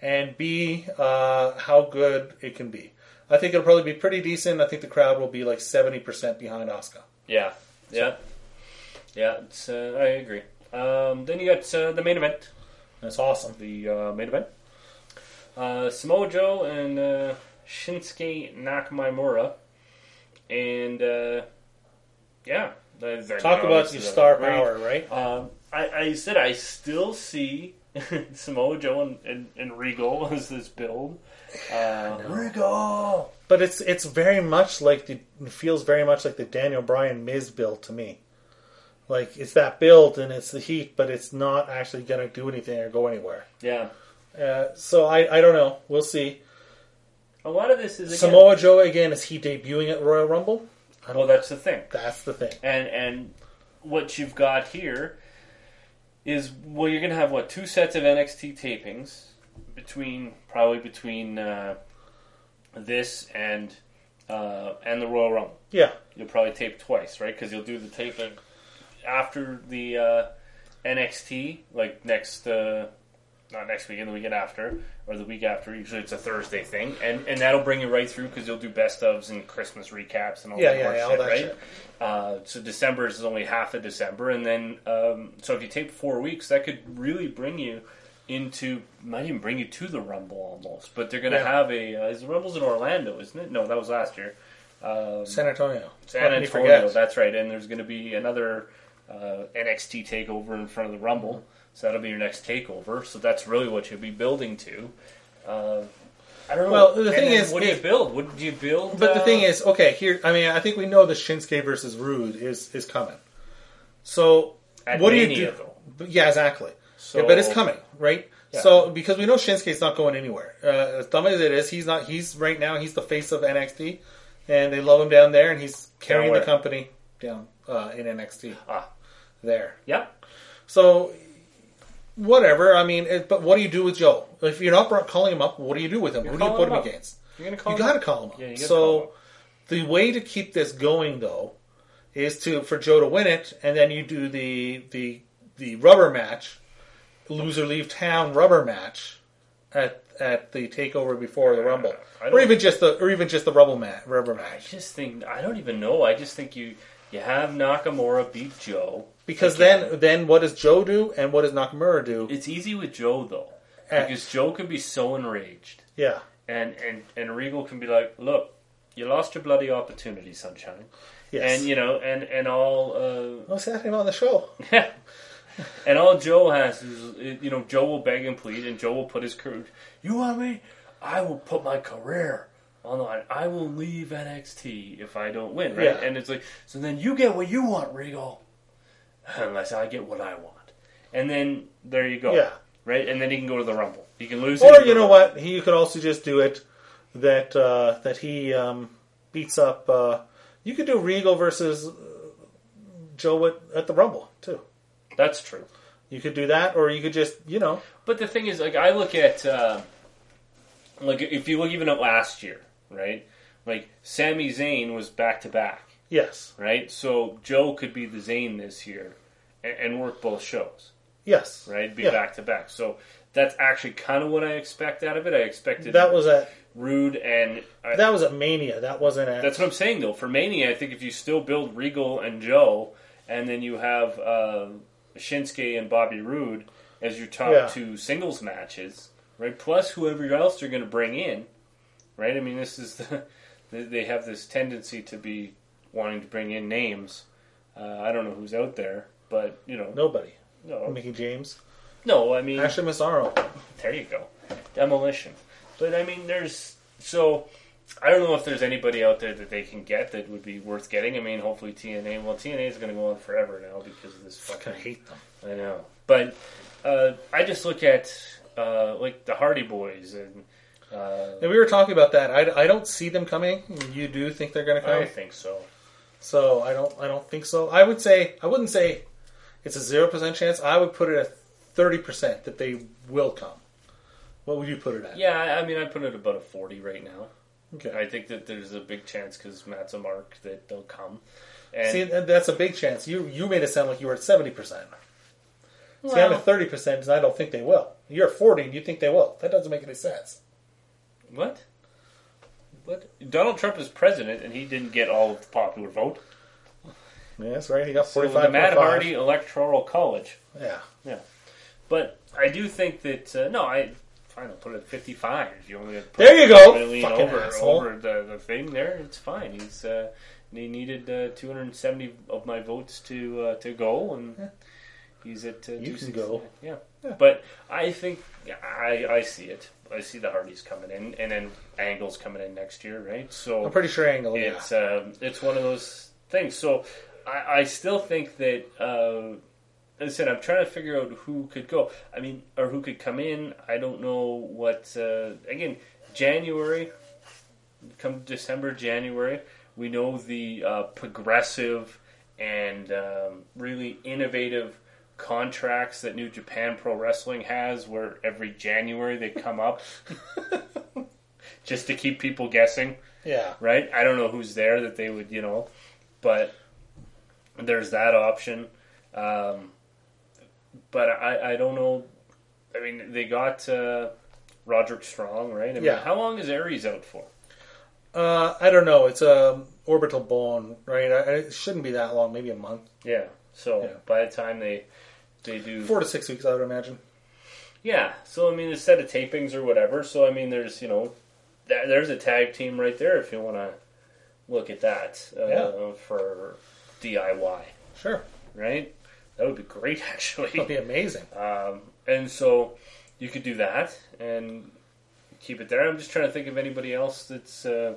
Speaker 3: and b uh, how good it can be. I think it'll probably be pretty decent. I think the crowd will be like seventy percent behind Asuka.
Speaker 2: Yeah, yeah, yeah. It's, uh, I agree. Um, then you got uh, the main event.
Speaker 3: That's awesome.
Speaker 2: The uh, main event. Uh, Samoa Joe and uh, Shinsuke Nakamura, and uh, yeah, I- I
Speaker 3: Talk
Speaker 2: don't know,
Speaker 3: about
Speaker 2: this
Speaker 3: your
Speaker 2: is a
Speaker 3: star
Speaker 2: great-
Speaker 3: power, right?
Speaker 2: Um, I, I said I still see [LAUGHS] Samoa Joe and, and, and Regal [LAUGHS] as this build. Uh,
Speaker 3: Regal. But it's it's very much like the it feels very much like the Daniel Bryan Miz build to me. Like it's that build and it's the heat, but it's not actually going to do anything or go anywhere.
Speaker 2: yeah,
Speaker 3: Uh, so I I don't know. We'll see.
Speaker 2: a lot of this is again,
Speaker 3: Samoa Joe again is he debuting at Royal Rumble? I
Speaker 2: Well,
Speaker 3: don't.
Speaker 2: that's the thing,
Speaker 3: That's the thing.
Speaker 2: and and what you've got here is well, you're gonna have what two sets of NXT tapings between probably between uh, this and uh, and the Royal Rumble.
Speaker 3: Yeah.
Speaker 2: You'll probably tape twice, right? Because you'll do the taping after the uh, NXT, like next, uh, not next weekend, the weekend after, or the week after. Usually it's a Thursday thing, and and that'll bring you right through because you'll do best ofs and Christmas recaps and all
Speaker 3: Yeah,
Speaker 2: that
Speaker 3: yeah,
Speaker 2: more
Speaker 3: yeah, all
Speaker 2: shit,
Speaker 3: that
Speaker 2: right?
Speaker 3: shit.
Speaker 2: Uh, so December is only half of December, and then um, so if you take four weeks, that could really bring you into might even bring you to the Rumble almost. But they're going to
Speaker 3: Yeah.
Speaker 2: have a uh, is the Rumble's in Orlando, isn't it? No, that was last year. Um,
Speaker 3: San Antonio.
Speaker 2: San
Speaker 3: How can you
Speaker 2: Antonio,
Speaker 3: forget?
Speaker 2: that's right. And there's going to be another uh, NXT takeover in front of the Rumble, so that'll be your next takeover. So that's really what you'll be building to. Uh, I don't know.
Speaker 3: Well, the
Speaker 2: And
Speaker 3: thing
Speaker 2: then
Speaker 3: is,
Speaker 2: what do
Speaker 3: if-
Speaker 2: you build? What do you build?
Speaker 3: But the
Speaker 2: uh,
Speaker 3: thing is, okay, here. I mean, I think we know the Shinsuke versus Rude is is coming. So
Speaker 2: At
Speaker 3: what do you
Speaker 2: Mania,
Speaker 3: do?
Speaker 2: though.
Speaker 3: But Yeah, exactly.
Speaker 2: So-
Speaker 3: Yeah, but it's coming, right?
Speaker 2: Yeah.
Speaker 3: So because we know Shinsuke's not going anywhere. Uh, as dumb as it is, he's not. He's right now. He's the face of NXT, and they love him down there, and he's carrying
Speaker 2: where?
Speaker 3: the company down uh, in NXT
Speaker 2: ah,
Speaker 3: there.
Speaker 2: yep.
Speaker 3: So whatever. I mean, it, but what do you do with Joe if you're not calling him up? What do you do with him? Who do you
Speaker 2: calling
Speaker 3: put
Speaker 2: him
Speaker 3: him
Speaker 2: up.
Speaker 3: against?
Speaker 2: You're gonna call.
Speaker 3: You
Speaker 2: him
Speaker 3: got to
Speaker 2: up.
Speaker 3: call him up.
Speaker 2: Yeah, you gotta call him
Speaker 3: so
Speaker 2: up.
Speaker 3: the way to keep this going though is to for Joe to win it, and then you do the the the rubber match, loser leave town rubber match at at the takeover before the rumble,
Speaker 2: I don't-
Speaker 3: or even just the or even just the rubble mat rubber
Speaker 2: I
Speaker 3: match.
Speaker 2: just think I don't even know. I just think you you have Nakamura beat Joe
Speaker 3: Because
Speaker 2: Again.
Speaker 3: then then what does Joe do, and what does Nakamura do?
Speaker 2: It's easy with Joe though,
Speaker 3: Eh.
Speaker 2: because Joe can be so enraged.
Speaker 3: Yeah,
Speaker 2: and and and Regal can be like, look, you lost your bloody opportunity, sunshine,
Speaker 3: yes.
Speaker 2: and you know, and and all,
Speaker 3: Let's have him on the show.
Speaker 2: uh, [LAUGHS] and all Joe has is, you know, Joe will beg and plead, and Joe will put his courage. You want me? I will put my career on the line. I will leave NXT if I don't win, right?
Speaker 3: Yeah.
Speaker 2: And it's like, so then you get what you want, Regal, unless I get what I want, and then there you go,
Speaker 3: Yeah.
Speaker 2: right? And then he can go to the Rumble. He can lose, he
Speaker 3: Or
Speaker 2: can
Speaker 3: you
Speaker 2: go
Speaker 3: know
Speaker 2: to-
Speaker 3: what? He could also just do it that uh, that he um, beats up. Uh, you could do Regal versus uh, Joe at, at the Rumble too.
Speaker 2: That's true.
Speaker 3: You could do that, or you could just you know
Speaker 2: But the thing is, like, I look at, uh, like, if you look even at last year, right? Like, Sami Zayn was back to back,
Speaker 3: yes,
Speaker 2: right? So Joe could be the Zayn this year and, and work both shows,
Speaker 3: yes,
Speaker 2: right? Be
Speaker 3: Yeah.
Speaker 2: back to back. So that's actually kind of what I expect out of it. I expected
Speaker 3: That was at
Speaker 2: Rude and uh, I,
Speaker 3: that was at Mania. That wasn't at
Speaker 2: that's what I'm saying though. For Mania, I think if you still build Regal and Joe, and then you have uh, Shinsuke and Bobby Roode as your top
Speaker 3: Yeah.
Speaker 2: two singles matches, right? Plus whoever else you're going to bring in, right? I mean, this is the [LAUGHS] they- they have this tendency to be wanting to bring in names. Uh, I don't know who's out there, but you know,
Speaker 3: nobody.
Speaker 2: no,
Speaker 3: Mickey James,
Speaker 2: no. I mean,
Speaker 3: Ashley Massaro.
Speaker 2: there you go. Demolition. But I mean, there's so I don't know if there's anybody out there that they can get that would be worth getting. I mean, hopefully TNA. Well, TNA is going to go on forever now because of this
Speaker 3: I
Speaker 2: fucking.
Speaker 3: hate them.
Speaker 2: I know, but uh, I just look at uh, like the Hardy Boys and uh,
Speaker 3: And we were talking about that. I, I don't see them coming. You do think they're going to
Speaker 2: I
Speaker 3: come?
Speaker 2: don't think so.
Speaker 3: So I don't I don't think so. I would say I wouldn't say it's a zero percent chance. I would put it at thirty percent that they will come. What would you put it at?
Speaker 2: Yeah, I I mean, I put it about a forty right now.
Speaker 3: Okay.
Speaker 2: I think that there's a big chance because Matt's a mark that they'll come. And
Speaker 3: See, and that's a big chance. You you made it sound like you were at seventy percent. See, I'm
Speaker 2: Well-
Speaker 3: at thirty percent, and I don't think they will. You're at forty, and you think they will. That doesn't make any sense.
Speaker 2: What? What? Donald Trump is president, and he didn't get all of the popular vote.
Speaker 3: Yeah, that's right. He got
Speaker 2: So
Speaker 3: forty-five.
Speaker 2: the Matt
Speaker 3: 45.
Speaker 2: Hardy Electoral College.
Speaker 3: Yeah.
Speaker 2: Yeah, but I do think that uh, no, I fine. I'll put it at fifty-five. If you want me to put
Speaker 3: There you go,
Speaker 2: I lean
Speaker 3: fucking
Speaker 2: over,
Speaker 3: asshole.
Speaker 2: over the, the thing there, it's fine. He's uh, he needed uh, two hundred and seventy of my votes to uh, to go, and he's at uh,
Speaker 3: You can
Speaker 2: 269.
Speaker 3: go.
Speaker 2: Yeah.
Speaker 3: Yeah.
Speaker 2: but I think I I see it. I see the Hardys coming in, and then Angle's coming in next year, right? So
Speaker 3: I'm pretty sure Angle. Yeah.
Speaker 2: it's um, it's one of those things. So I, I still think that. Uh, as I said I'm trying to figure out who could go. I mean, or who could come in. I don't know what. Uh, again, January, come December, January, we know the uh, progressive and um, really innovative contracts that New Japan Pro Wrestling has, where every January they come up just to keep people guessing
Speaker 3: Yeah.
Speaker 2: right? I don't know who's there that they would, you know, but there's that option. Um, but I, I don't know. I mean, they got uh, Roderick Strong, right? I mean,
Speaker 3: Yeah.
Speaker 2: How long is Aries out for?
Speaker 3: Uh, I don't know. It's a orbital bone, right? I, I- it shouldn't be that long. Maybe a month,
Speaker 2: Yeah. So
Speaker 3: Yeah.
Speaker 2: by the time they they do
Speaker 3: four to six weeks, I would imagine.
Speaker 2: Yeah. So I mean, instead of tapings or whatever. So I mean, there's you know, th- there's a tag team right there if you want to look at that uh,
Speaker 3: Yeah.
Speaker 2: for DIY,
Speaker 3: Sure,
Speaker 2: right? That would be great, [LAUGHS] actually.
Speaker 3: that'd be amazing.
Speaker 2: Um, and so you could do that and keep it there. I'm just trying to think of anybody else that's uh,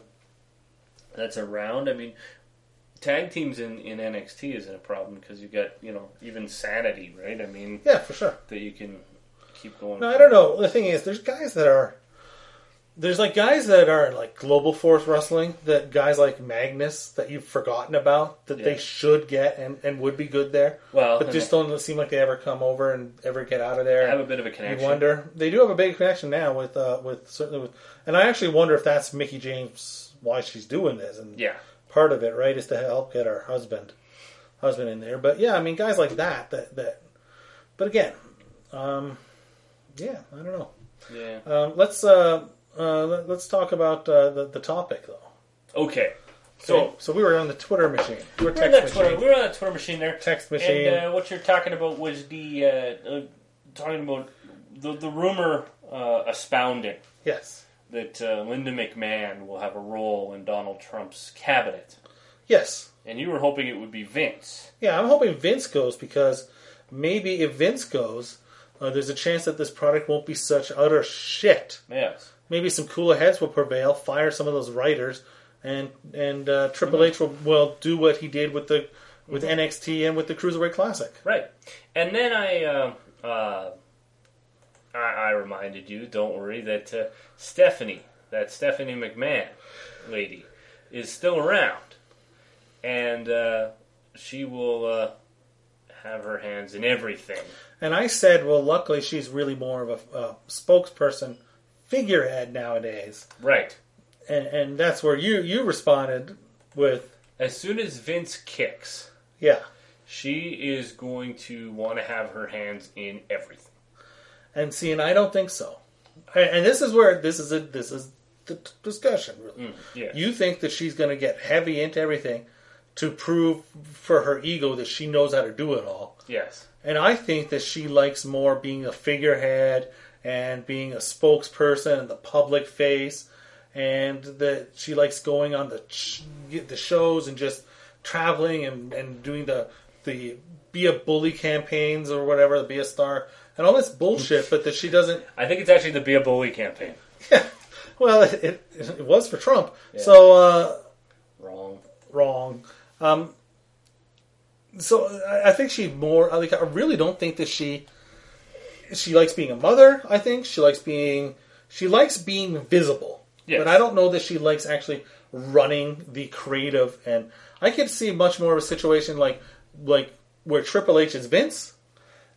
Speaker 2: that's around. I mean, tag teams in, in NXT isn't a problem because you got you know even sanity, right? I mean,
Speaker 3: Yeah, for sure.
Speaker 2: that you can keep going.
Speaker 3: No, I don't know. The thing is, there's guys that are there's like guys that are in like Global Force Wrestling that guys like Magnus that you've forgotten about that
Speaker 2: Yeah.
Speaker 3: they should get and, and would be good there.
Speaker 2: Well,
Speaker 3: but just don't seem like they ever come over and ever get out of there.
Speaker 2: I have a bit of a connection.
Speaker 3: You wonder. They do have a big connection now with uh, with certainly with, and I actually wonder if that's Mickey James why she's doing this and
Speaker 2: Yeah,
Speaker 3: part of it, right, is to help get our husband husband in there. But yeah, I mean, guys like that that that. But again, um, yeah, I don't know.
Speaker 2: yeah.
Speaker 3: Um, let's uh, uh, let- let's talk about uh, the the topic though.
Speaker 2: Okay,
Speaker 3: So
Speaker 2: so
Speaker 3: so we were on the Twitter machine. We were
Speaker 2: we're on
Speaker 3: text
Speaker 2: that Twitter.
Speaker 3: machine.
Speaker 2: We're on that Twitter machine there.
Speaker 3: Text machine.
Speaker 2: And uh, what you're talking about was the uh, uh, talking about the the rumor uh, expounding
Speaker 3: yes.
Speaker 2: that uh, Linda McMahon will have a role in Donald Trump's cabinet,
Speaker 3: Yes.
Speaker 2: and you were hoping it would be Vince.
Speaker 3: Yeah, I'm hoping Vince goes because maybe if Vince goes, uh, there's a chance that this product won't be such utter shit.
Speaker 2: Yes.
Speaker 3: Maybe some cooler heads will prevail, fire some of those writers, and and uh, Triple H will, will do what he did with the with NXT and with the Cruiserweight Classic.
Speaker 2: Right. And then I, uh, uh, I, I reminded you, don't worry, that uh, Stephanie, that Stephanie McMahon lady, is still around. And uh, she will uh, have her hands in everything.
Speaker 3: And I said, well, luckily she's really more of a, a spokesperson figurehead nowadays,
Speaker 2: Right.
Speaker 3: and and that's where you you responded with,
Speaker 2: As soon as Vince kicks,
Speaker 3: yeah.
Speaker 2: she is going to want to have her hands in everything.
Speaker 3: And see, and I don't think so. And, and this is where this is a this is the t- discussion. Really,
Speaker 2: Yeah.
Speaker 3: you think that she's going to get heavy into everything to prove for her ego that she knows how to do it all,
Speaker 2: yes.
Speaker 3: and I think that she likes more being a figurehead and being a spokesperson and the public face, and that she likes going on the ch- the shows and just traveling and, and doing the the be a bully campaigns or whatever, be a star and all this bullshit, but that she doesn't.
Speaker 2: I think it's actually the Be a Bully campaign.
Speaker 3: Well, it, it, it was for Trump, so uh,
Speaker 2: Wrong.
Speaker 3: wrong. Um, so I, I think she more. I Like, I really don't think that she. She likes being a mother. I think she likes being. She likes being visible.
Speaker 2: Yes.
Speaker 3: But I don't know that she likes actually running the creative. And I could see much more of a situation like like where Triple H is Vince,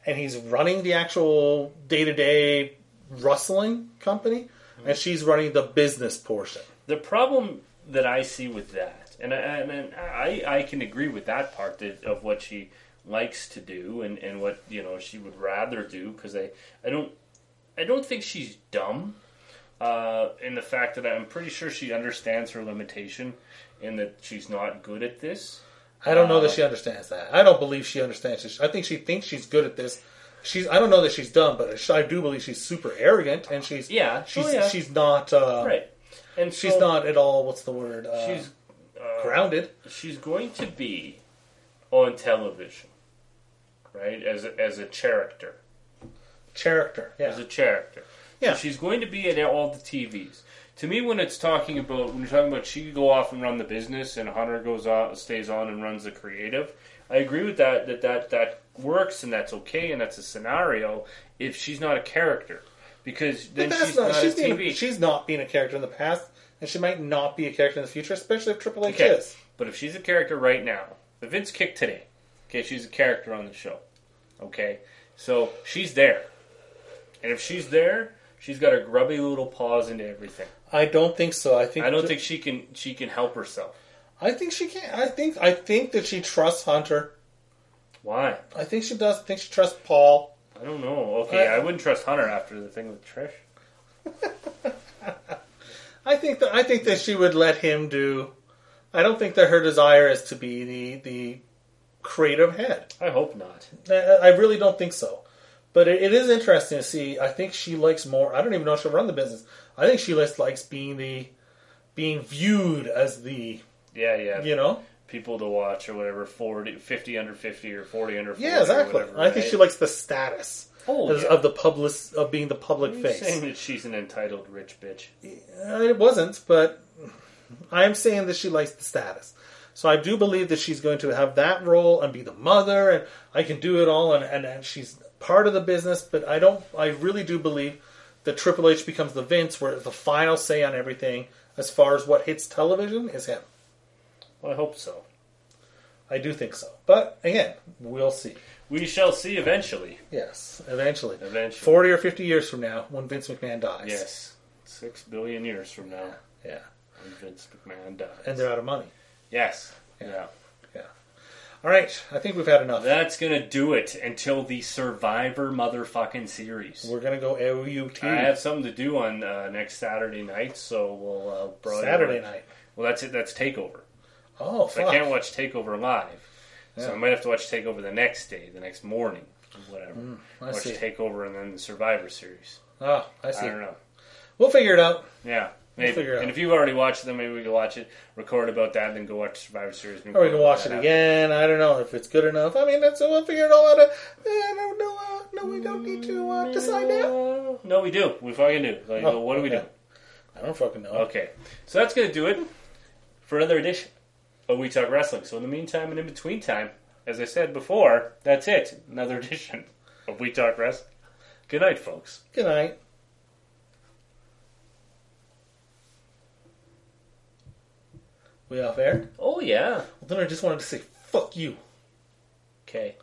Speaker 3: and he's running the actual day to day rustling company, and she's running the business portion.
Speaker 2: the problem that I see with that, and I, and and I, I can agree with that part that, of what she likes to do and, and what you know she would rather do because I, I don't I don't think she's dumb uh, in the fact that I'm pretty sure she understands her limitation and that she's not good at this.
Speaker 3: I don't
Speaker 2: Uh,
Speaker 3: know that she understands that. I don't believe she understands this. I think she thinks she's good at this. She's. I don't know that she's dumb, but I do believe she's super arrogant, and she's.
Speaker 2: Yeah, oh,
Speaker 3: She's.
Speaker 2: yeah.
Speaker 3: She's not. Uh,
Speaker 2: Right, and
Speaker 3: She's
Speaker 2: so
Speaker 3: not at all. What's the word? Uh,
Speaker 2: She's
Speaker 3: grounded.
Speaker 2: she's going to be on television, right? As a, as a character.
Speaker 3: Character.
Speaker 2: as
Speaker 3: Yeah.
Speaker 2: a character.
Speaker 3: Yeah.
Speaker 2: So she's going to be at all the TVs. To me, when it's talking about when you're talking about she could go off and run the business and Hunter goes on stays on and runs the creative, I agree with that that that that works and that's okay and that's a scenario if she's not a character because then
Speaker 3: But that's
Speaker 2: she's
Speaker 3: not.
Speaker 2: not,
Speaker 3: she's
Speaker 2: a
Speaker 3: being.
Speaker 2: TV.
Speaker 3: she's not being a character in the past, and she might not be a character in the future, especially if Triple H
Speaker 2: okay.
Speaker 3: is.
Speaker 2: But if she's a character right now, the Vince kick today. Okay, she's a character on the show. Okay, so she's there, and if she's there, she's got her grubby little paws into everything.
Speaker 3: I don't think so. I think.
Speaker 2: I don't think she can she can help herself.
Speaker 3: I think she can. I think. I think that she trusts Hunter.
Speaker 2: Why?
Speaker 3: I think she does. I think she trusts Paul.
Speaker 2: I don't know. Okay,
Speaker 3: I-
Speaker 2: I wouldn't trust Hunter after the thing with Trish.
Speaker 3: I think that I think that she would let him do. I don't think that her desire is to be the the creative head.
Speaker 2: I hope not.
Speaker 3: I- I really don't think so. But it, it is interesting to see. I think she likes more. I don't even know if she'll run the business. I think she just likes being the being viewed as the
Speaker 2: Yeah, yeah.
Speaker 3: you know
Speaker 2: People to watch or whatever, 40, 50 under 50 or 40 under 40.
Speaker 3: yeah exactly.
Speaker 2: Or whatever,
Speaker 3: I think
Speaker 2: right?
Speaker 3: she likes the status
Speaker 2: Oh,
Speaker 3: as,
Speaker 2: yeah.
Speaker 3: of the public of being the public
Speaker 2: You're
Speaker 3: face.
Speaker 2: saying that she's an entitled rich bitch.
Speaker 3: Uh, It wasn't, but I'm saying that she likes the status. So I do believe that she's going to have that role and be the mother, and I can do it all, and, and, and she's part of the business. But I don't. I really do believe that Triple H becomes the Vince, where the final say on everything as far as what hits television is him.
Speaker 2: Well, I hope so.
Speaker 3: I do think so. But again, we'll see.
Speaker 2: We shall see eventually.
Speaker 3: Yes, eventually,
Speaker 2: Eventually.
Speaker 3: forty or fifty years from now, when Vince McMahon dies.
Speaker 2: Yes. Six billion years from now,
Speaker 3: Yeah.
Speaker 2: when Vince McMahon dies.
Speaker 3: And they're out of money.
Speaker 2: yes.
Speaker 3: Yeah.
Speaker 2: yeah.
Speaker 3: All right. I think we've had enough.
Speaker 2: That's gonna do it until the Survivor motherfucking series.
Speaker 3: We're gonna go AOUT.
Speaker 2: I have something to do on uh, next Saturday night, so we'll uh, probably-
Speaker 3: Saturday night.
Speaker 2: Well, that's it. That's Takeover.
Speaker 3: Oh,
Speaker 2: So
Speaker 3: fuck.
Speaker 2: I can't watch Takeover live, so
Speaker 3: Yeah.
Speaker 2: I might have to watch Takeover the next day, the next morning, or whatever.
Speaker 3: Mm, I
Speaker 2: watch
Speaker 3: see.
Speaker 2: Takeover and then the Survivor series.
Speaker 3: Oh, I see.
Speaker 2: I don't know.
Speaker 3: We'll figure it out.
Speaker 2: Yeah, maybe.
Speaker 3: figure it
Speaker 2: and
Speaker 3: out.
Speaker 2: if you've already watched them, maybe we can watch it, record about that, and then go watch Survivor series. and
Speaker 3: Or we can
Speaker 2: record
Speaker 3: watch
Speaker 2: that
Speaker 3: it
Speaker 2: out.
Speaker 3: again. I don't know if it's good enough. I mean, that's we'll figure it all out. Uh, I don't know. Uh, no, we don't need to uh, decide now.
Speaker 2: Uh, No, we do. We fucking do. Like,
Speaker 3: Oh,
Speaker 2: what do we do?
Speaker 3: okay. I don't fucking know.
Speaker 2: Okay, so that's gonna do it for another edition of We Talk Wrestling. So in the meantime and in between time, as I said before, that's it. Another [LAUGHS] edition of We Talk Wrestling. Good night, folks.
Speaker 3: Good night. We off air?
Speaker 2: Oh yeah.
Speaker 3: Oh, Well, then I just wanted to say fuck you.
Speaker 2: Okay.